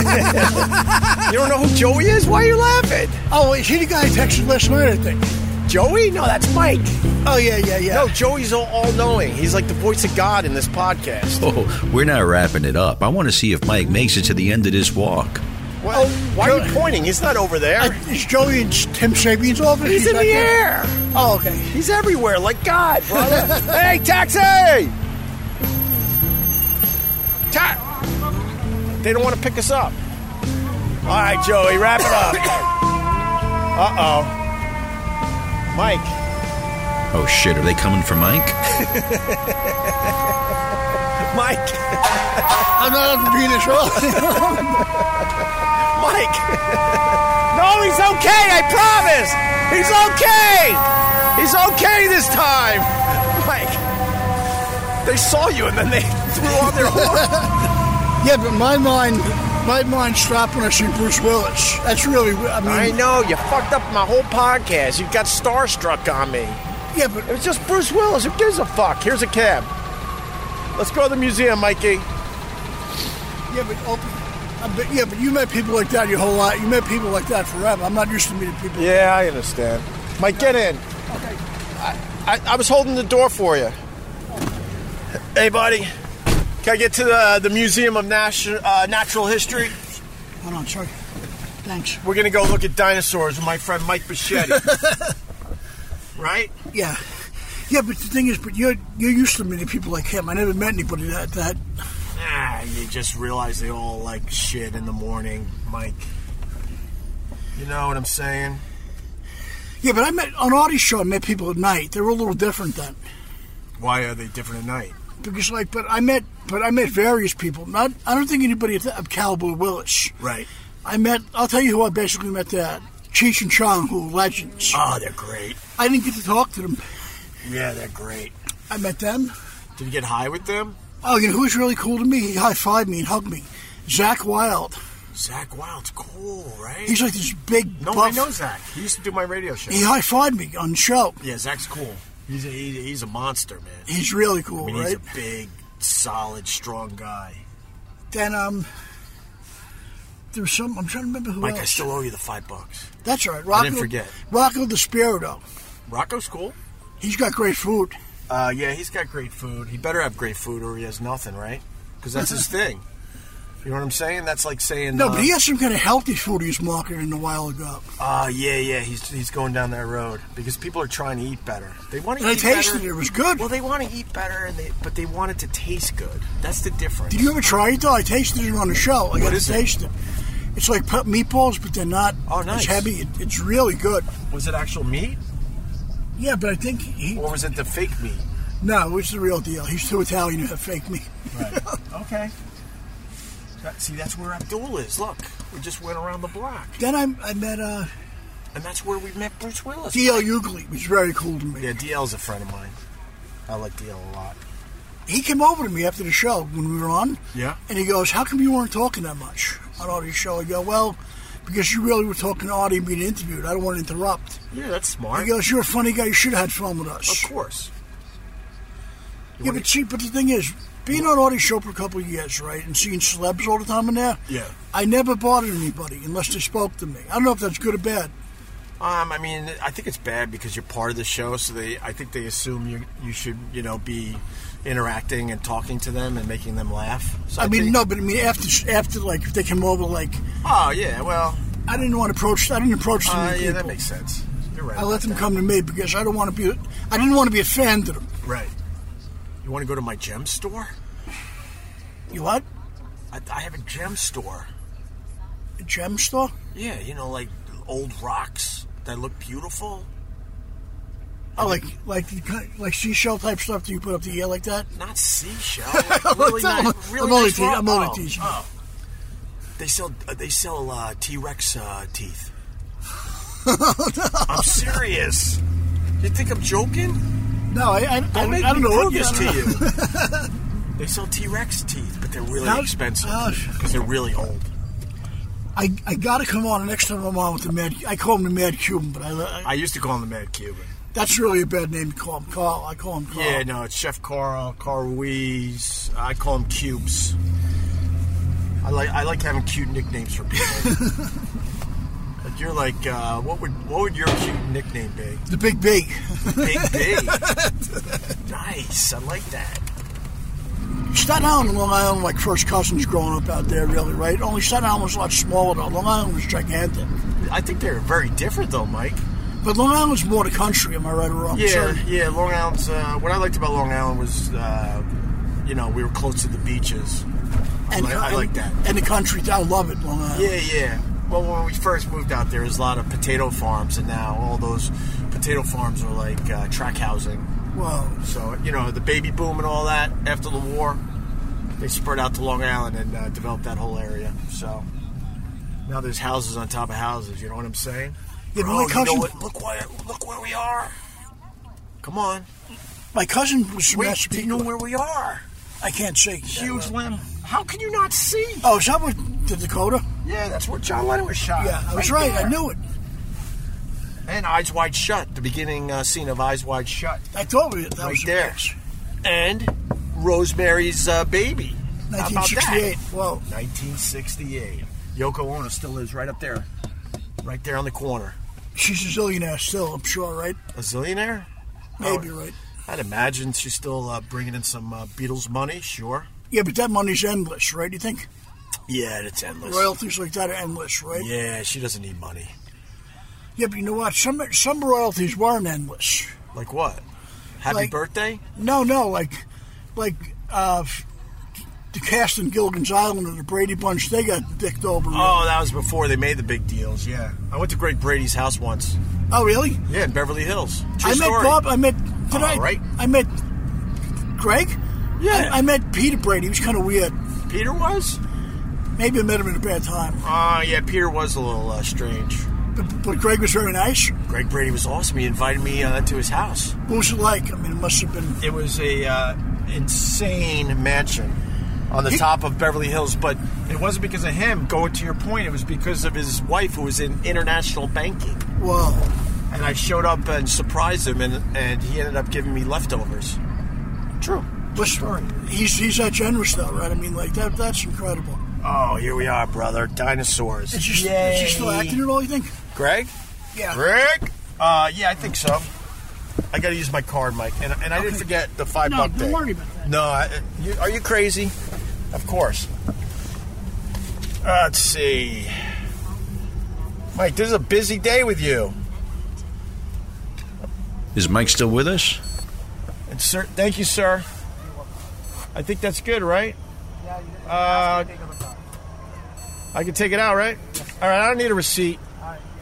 S4: You don't know who Joey is? Why are you laughing?
S5: oh, is he the guy I texted last night? I think.
S4: Joey? No, that's Mike.
S5: Oh yeah, yeah, yeah.
S4: No, Joey's all- all-knowing. He's like the voice of God in this podcast.
S1: Oh, we're not wrapping it up. I want to see if Mike makes it to the end of this walk.
S4: Well, why are you pointing? He's not over there.
S5: Is Joey in Tim Sabian's office?
S4: He's in
S5: not
S4: the
S5: there?
S4: air.
S5: Oh, okay.
S4: He's everywhere, like God, brother. hey, taxi! Ta- they don't want to pick us up. All right, Joey, wrap it up. uh oh. Mike,
S1: Oh shit, are they coming for Mike?
S4: Mike,
S5: I'm not allowed to be in the show.
S4: Mike. no, Oh, he's okay, I promise. He's okay. He's okay this time. Mike, they saw you and then they *laughs* threw on their horn.
S5: yeah, but my mind, my mind stopped when I see Bruce Willis. That's really, I mean,
S4: I know, you fucked up my whole podcast. You got starstruck on me.
S5: yeah, but
S4: It was just Bruce Willis. Who gives a fuck? Here's a cab. Let's go to the museum, Mikey.
S5: yeah, but, open, uh, but yeah, but you met people like that your whole life. You met people like that forever. I'm not used to meeting people.
S4: Yeah, I understand. Mike, get in.
S5: Okay.
S4: I, I was holding the door for you. Hey, buddy. Can I get to the, the Museum of Nation, uh, Natural History?
S5: Hold on, sorry. Thanks.
S4: We're going to go look at dinosaurs with my friend Mike Bichetti. right?
S5: Yeah. Yeah, but the thing is, but you're you're used to meeting people like him. I never met anybody that that.
S4: Ah, you just realize they all like shit in the morning, Mike. You know what I'm saying?
S5: Yeah, but I met on Artie's show. I met people at night. They were a little different then.
S4: Why are they different at night?
S5: because like but i met but i met various people not i don't think anybody of, of caliber willis
S4: Right.
S5: i met i'll tell you who i basically met there cheech and chong who are legends
S4: Oh, they're great.
S5: i didn't get to talk to them
S4: Yeah, they're great.
S5: i met them
S4: Did you get high with them?
S5: oh you know who was really cool to me he high-fived me and hugged me zach wild
S4: Zach Wilde's cool, right?
S5: he's like this big
S4: no, I
S5: buff
S4: know Zach. He used to do my radio show.
S5: he high-fived me on the show
S4: yeah, Zach's cool. He's a, he, he's a monster, man.
S5: he's really cool
S4: I mean, he's
S5: right
S4: a big, solid, strong guy.
S5: then um there was some i'm trying to remember who
S4: Mike, I
S5: else
S4: still owe you the five bucks.
S5: that's all right rocco
S4: didn't forget.
S5: rocco Despirito.
S4: Rocco's cool.
S5: he's got great food *laughs*
S4: Uh, yeah, he's got great food. He better have great food, or he has nothing, right? Because that's his thing. You know what I'm saying? That's like saying
S5: No,
S4: uh,
S5: but he has some kind of healthy food he was marketing a while ago.
S4: Ah, yeah, yeah, he's, he's going down that road because people are trying to eat better. They want to.
S5: And I
S4: eat
S5: tasted
S4: better.
S5: it. It was good.
S4: Well, they want to eat better, and they but they want it to taste good. That's the difference.
S5: Did you ever try it though? I tasted it on the show. I
S4: What
S5: got to
S4: is it?
S5: taste it. It's like pe- meatballs, but they're not
S4: Oh,
S5: as
S4: nice.
S5: heavy. It, it's really good.
S4: Was it actual meat,
S5: Yeah, but I think he.
S4: or was it the fake meat?
S5: No, it's the real deal. He's too Italian to have fake meat.
S4: Okay. That- see, that's where Abdul is. Look, we just went around the block,
S5: *laughs* Then I, I met uh,
S4: and that's where we met Bruce Willis.
S5: D.L. Ugly, which was very cool to me.
S4: Yeah, DL's a friend of mine. I like DL a lot.
S5: He came over to me after the show when we were on,
S4: Yeah.
S5: and he goes, How come you weren't talking that much on Audie's show? I go, Well, because you really were talking to Audie and being interviewed. I don't want to interrupt.
S4: Yeah, that's
S5: He
S4: smart.
S5: goes, You're a funny guy. You should have had fun with us.
S4: Of course.
S5: Yeah, but see, but the thing is, being on Audie's show for a couple of years, right, and seeing celebs all the time in there,
S4: Yeah.
S5: I never bothered anybody unless they spoke to me. I don't know if that's good or bad.
S4: Um, I mean, I think it's bad because you're part of the show, so they, I think they assume you, you should, you know, be interacting and talking to them and making them laugh. So
S5: I, mean,
S4: think-
S5: no, but I mean, after after like if they came over, like
S4: Oh yeah, well,
S5: I didn't want to approach. I didn't approach them.
S4: uh, yeah,
S5: people.
S4: that makes sense. You're right.
S5: I let
S4: about
S5: them
S4: that.
S5: come to me because I don't want to be. I didn't want to be a fan to them.
S4: Right. You want to go to my gem store?
S5: You what?
S4: I, I have a gem store.
S5: A gem store?
S4: Yeah, you know, like old rocks that look beautiful.
S5: Oh, like like the kind- like seashell type stuff that you put up the air like that.
S4: Not
S5: *laughs*
S4: seashell. Like really
S5: I'm
S4: nice.
S5: only-
S4: Really
S5: I'm only
S4: nice
S5: teasing-
S4: rock-
S5: I'm only
S4: oh,
S5: teasing.
S4: oh. They sell. Uh, they sell uh, T Rex uh,
S5: *laughs*
S4: teeth. I'm serious. You think I'm joking?
S5: No, I I, I,
S4: Don't make
S5: I don't
S4: me
S5: know what
S4: prove this to
S5: I don't know.
S4: you. they sell T Rex teeth, but they're really
S5: How-
S4: expensive
S5: oh.
S4: because they're really old.
S5: I, I gotta come on the next time I'm on with the mad. I call him the Mad Cuban, but I, I
S4: I used to call him the Mad Cuban.
S5: that's really a bad name to call him. Carl, I call him Carl.
S4: Yeah, no, it's Chef Carl, Carl Ruiz. I call him Cubes. I like I like having cute nicknames for people. like you're like, uh, what would what would your cute nickname be?
S5: the Big Big.
S4: Big B. nice, I like that.
S5: Staten Island and Long Island, like first cousins growing up out there, really, right? Only Staten Island was a lot smaller, though. Long Island was gigantic.
S4: I think they're very different though, Mike.
S5: But Long Island's more the country, am I right or wrong?
S4: yeah,
S5: Sorry.
S4: yeah. Long Island's. Uh, what I liked about Long Island was, uh, you know, we were close to the beaches. I,
S5: And,
S4: like, I like that.
S5: And the country, I love it, Long Island.
S4: Yeah, yeah. Well, when we first moved out, there was a lot of potato farms, and now all those potato farms are like uh, track housing.
S5: Whoa.
S4: So you know the baby boom and all that after the war, they spread out to Long Island and uh, developed that whole area. So now there's houses on top of houses. You know what I'm saying?
S5: Yeah, but
S4: Bro,
S5: my
S4: you know
S5: cousin-
S4: what? Look where look where we are. Come on.
S5: My cousin was from
S4: Wait, do
S5: Massapequa.
S4: you know where we are?
S5: I can't see.
S4: Huge limb. How can you not see?
S5: Oh, is that what the Dakota?
S4: Yeah, that's where John Lennon was shot.
S5: Yeah, I was right. I
S4: there.
S5: knew it.
S4: And Eyes Wide Shut, the beginning uh, scene of Eyes Wide Shut.
S5: I told you that
S4: Right
S5: was
S4: there.
S5: A mix.
S4: And Rosemary's uh, Baby. How about that?
S5: 1968. Whoa.
S4: 1968. Yoko Ono still is right up there, right there on the corner.
S5: She's a zillionaire still, I'm sure, right?
S4: A zillionaire?
S5: Maybe,
S4: Oh,
S5: right?
S4: I'd imagine she's still uh, bringing in some uh, Beatles money, sure.
S5: Yeah, but that money's endless, right? You think?
S4: Yeah, and it's endless.
S5: Royalties like that are endless, right?
S4: Yeah, she doesn't need money.
S5: Yeah, but you know what? Some some royalties weren't endless.
S4: Like what? Happy
S5: Like-
S4: birthday?
S5: No, no, like like uh, the cast in Gilligan's Island and the Brady Bunch, they got dicked over.
S4: Oh, that was before they made the big deals. Yeah, I went to Greg Brady's house once.
S5: Oh, really?
S4: Yeah, in Beverly Hills. True
S5: I met
S4: story.
S5: Bob. I met. Did I?
S4: All right.
S5: I met Greg.
S4: Yeah.
S5: I, I met Peter Brady. He was kind of weird.
S4: Peter was?
S5: Maybe I met him at a bad time.
S4: Ah, yeah, Peter was a little uh, strange.
S5: But, but Greg was very nice.
S4: Greg Brady was awesome. He invited me uh, to his house.
S5: What was it like? I mean, it must have been.
S4: It was a uh, insane mansion on the
S5: He-
S4: top of Beverly Hills, but it wasn't because of him. Going to your point, it was because of his wife, who was in international banking.
S5: Whoa.
S4: And I showed up and surprised him, and, and he ended up giving me leftovers. True.
S5: Listen, he's he's that generous though, right? I mean, like that that's incredible.
S4: Oh, here we are, brother. Dinosaurs.
S5: Is she, is she still acting at all? You think?
S4: Greg?
S5: Yeah.
S4: Rick? Uh, yeah, I think so. I got to use my card, Mike, and, and I didn't forget the five
S5: No,
S4: buck
S5: don't
S4: thing.
S5: worry about that.
S4: No, I, you, are you crazy? Of course. Uh, Let's see. Mike, this is a busy day with you.
S1: Is Mike still with us?
S4: And sir, thank you, sir. I think that's good, right? Uh, I can take it out, right? All right, I don't need a receipt.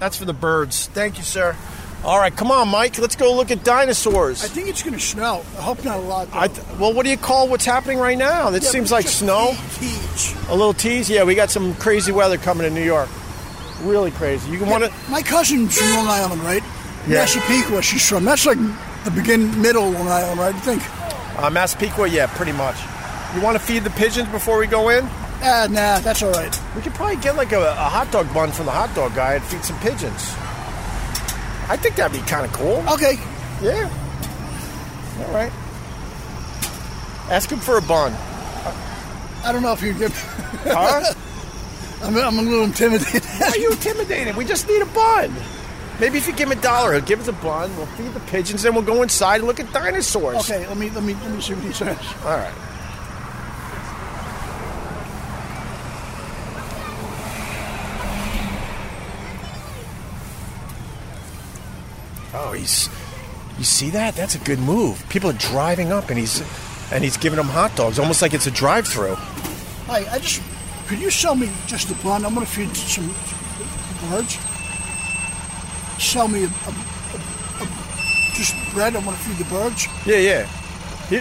S4: That's for the birds. Thank you, sir. All right, come on, Mike. Let's go look at dinosaurs.
S5: I think it's going to snow. I hope not a lot.
S4: I th- well, what do you call what's happening right now? That
S5: Yeah,
S4: seems
S5: but
S4: like
S5: just
S4: snow.
S5: Teach.
S4: A little tease. Yeah, we got some crazy weather coming in New York. Really crazy. You can want to.
S5: My cousin's from Long Island, right?
S4: Yeah.
S5: Massapequa, she's from. That's like the begin, middle of Long Island, right? I think.
S4: Uh, Massapequa, yeah, pretty much. You want to feed the pigeons before we go in?
S5: Ah, nah, that's all right.
S4: We could probably get like a, a hot dog bun from the hot dog guy and feed some pigeons. I think that'd be kind of cool.
S5: Okay.
S4: Yeah. All right. Ask him for a bun.
S5: I don't know if you get. *laughs*
S4: Huh?
S5: I'm, I'm a little intimidated. *laughs*
S4: Why are you intimidated? We just need a bun. Maybe if you give him a dollar, he'll give us a bun. We'll feed the pigeons, then we'll go inside and look at dinosaurs.
S5: Okay, let me let me let me see what he says.
S4: All right. Oh, he's. You see that? That's a good move. People are driving up, and he's, and he's giving them hot dogs, almost like it's a drive-through.
S5: Hi, I just could you sell me just a bun? I'm gonna feed some birds. Sell me a, a, a, a- just bread. I'm gonna feed the birds.
S4: Yeah, yeah. He,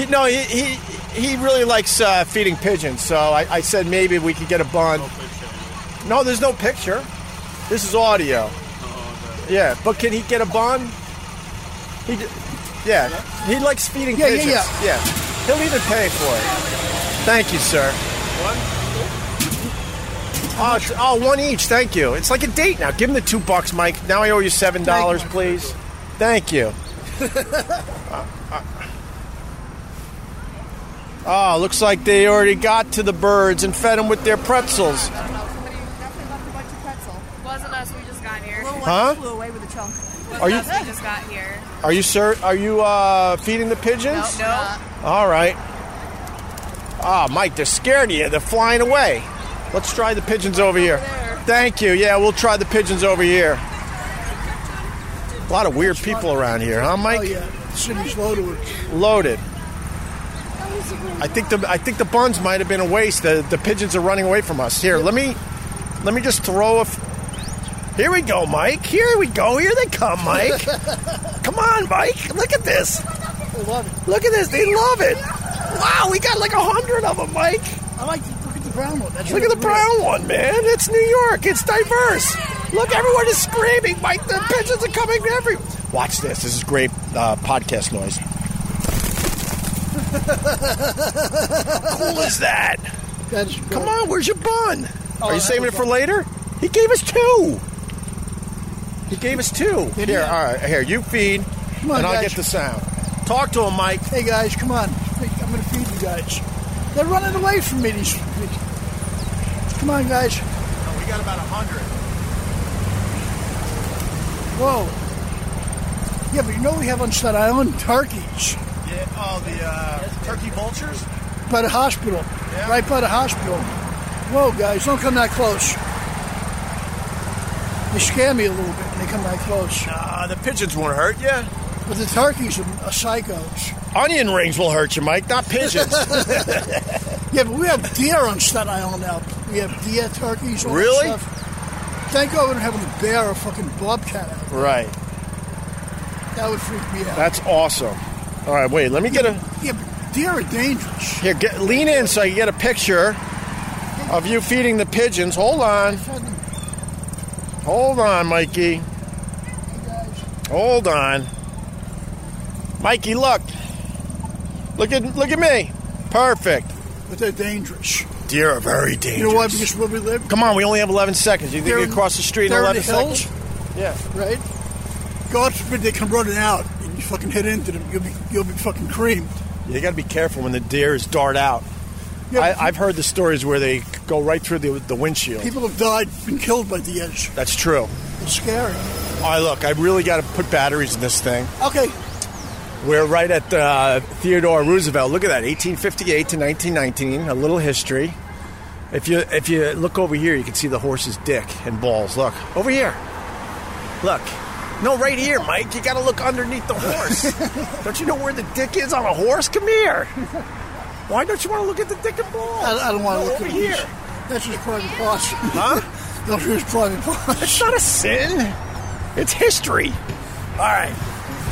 S4: he, no, he, he, he really likes uh, feeding pigeons, so I, I said maybe we could get a bun. No, there's no picture. This is audio.
S5: Oh,
S4: Yeah, but can he get a bun? He, d- yeah, he likes feeding
S5: Yeah, yeah,
S4: pigeons.
S5: yeah.
S4: He'll either pay for it. Thank you, sir. Oh, it's- oh, one each. Thank you. It's like a date now. Give him the two bucks, Mike. Now I owe you seven dollars, please. Thank
S5: *laughs*
S4: you. Oh, looks like they already got to the birds and fed them with their pretzels.
S15: Wasn't us. We just got here.
S4: Huh?
S15: Flew away with a chunk. Wasn't
S4: Are you-
S15: us. We just got here.
S4: Are you sir? Are you uh, feeding the pigeons?
S15: No, no.
S4: All right. Ah, Mike, they're scared of you. They're flying away. Let's try the pigeons over here. Thank you. Yeah, we'll try the pigeons over here. A lot of weird people around here, huh, Mike?
S5: Oh yeah, the city's loaded with.
S4: Loaded. I think the I think the buns might have been a waste. The the pigeons are running away from us. Here, let me let me just throw a. F- Here we go, Mike. Here we go. Here they come, Mike. come on, Mike. Look at this.
S5: I love it.
S4: Look at this. They love it. Wow, we got like a hundred of them, Mike.
S5: I like to look at the brown one. That's
S4: Look at the brown one, man. It's New York. It's diverse. Look, everyone is screaming. Mike, the pigeons are coming every. Watch this. This is great uh, podcast noise. *laughs* How cool is that?
S5: That's
S4: Come on, where's your bun?
S5: Oh,
S4: Are you
S5: that
S4: saving it
S5: was
S4: for
S5: a-
S4: later? He gave us two. He gave us two.
S5: Did
S4: here,
S5: he?
S4: all right, here, you feed,
S5: Come on,
S4: and I'll
S5: guys.
S4: get the sound. Talk to him, Mike.
S5: Hey guys, come on. I'm gonna feed you guys. They're running away from me. These. Come on, guys.
S4: We got about a hundred.
S5: Whoa. Yeah, but you know we have on Staten Island turkeys
S4: Yeah, oh, the uh, turkey vultures?
S5: by the hospital, right by the hospital. Whoa, guys, don't come that close. They scare me a little bit when they come that close.
S4: Uh, the pigeons won't hurt you.
S5: But the turkeys are, are psychos.
S4: Onion rings will hurt you, Mike, not *laughs* pigeons.
S5: Yeah, but we have deer on Staten Island now. We have deer, turkeys, all that
S4: Really?
S5: stuff. Thank God we don't have a bear or fucking bobcat. out.
S4: right.
S5: That would freak me out.
S4: That's awesome. All right, wait, let me get a.
S5: Yeah, but deer are dangerous.
S4: Here, get, lean in so I can get a picture of you feeding the pigeons. Hold on. Hold on, Mikey. Hold on. Mikey, look. Look at look at me. Perfect.
S5: But they're dangerous.
S4: Deer are very dangerous.
S5: You know why? Because where we live,
S4: Come on, we only have 11 seconds. You think you cross the street in
S5: they're
S4: 11
S5: the hills,
S4: seconds? Yeah.
S5: right? God forbid they come running out and you fucking hit into them, you'll be you'll be fucking creamed.
S4: You got to be careful when the deers dart out. I, I've heard the stories where they go right through the, the windshield.
S5: People have died, been killed by the edge.
S4: That's true.
S5: It's scary.
S4: All right, look, I really got to put batteries in this thing.
S5: Okay,
S4: We're right at uh, Theodore Roosevelt. Look at that, 1858 to 1919, a little history. If you if you look over here, you can see the horse's dick and balls. Look over here. Look. No, right here, Mike. You got to look underneath the
S5: *laughs*
S4: horse. don't you know where the dick is on a horse? Come here. Why don't you want to look at the dick and balls?
S5: I, I don't want to
S4: No,
S5: look
S4: over
S5: at
S4: here.
S5: these. That's his private parts. *laughs*
S4: Huh?
S5: Those are his private parts.
S4: It's not a sin. It's history. All right,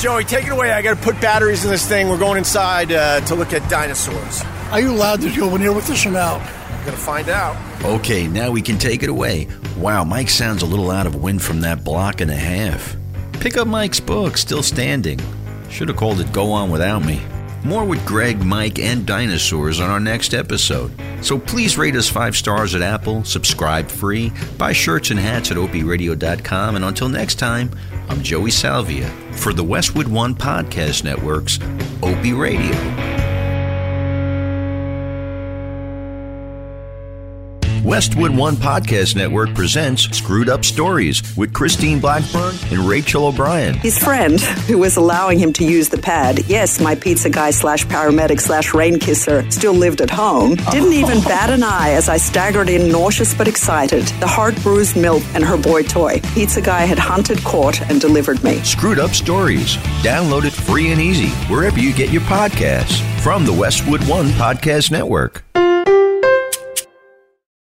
S4: Joey, take it away. I got to put batteries in this thing. We're going inside uh, to look at dinosaurs.
S5: Are you allowed to go in here with this or not?
S4: I'm gonna find out.
S1: Okay, now we can take it away. Wow, Mike sounds a little out of wind from that block and a half. Pick up Mike's book, still standing. Should have called it Go On Without Me. More with Greg, Mike, and dinosaurs on our next episode. So please rate us five stars at Apple, subscribe free, buy shirts and hats at opradio.com, and until next time, I'm Joey Salvia for the Westwood One Podcast Network's Opie Radio. Westwood One Podcast Network presents Screwed Up Stories with Christine Blackburn and Rachel O'Brien.
S14: His friend, who was allowing him to use the pad, yes, my pizza guy slash paramedic slash rain kisser still lived at home, didn't even bat an eye as I staggered in nauseous but excited, the hard bruised milk and her boy toy. Pizza guy had hunted, caught, and delivered me.
S1: Screwed Up Stories. Download it free and easy wherever you get your podcasts from the Westwood One Podcast Network.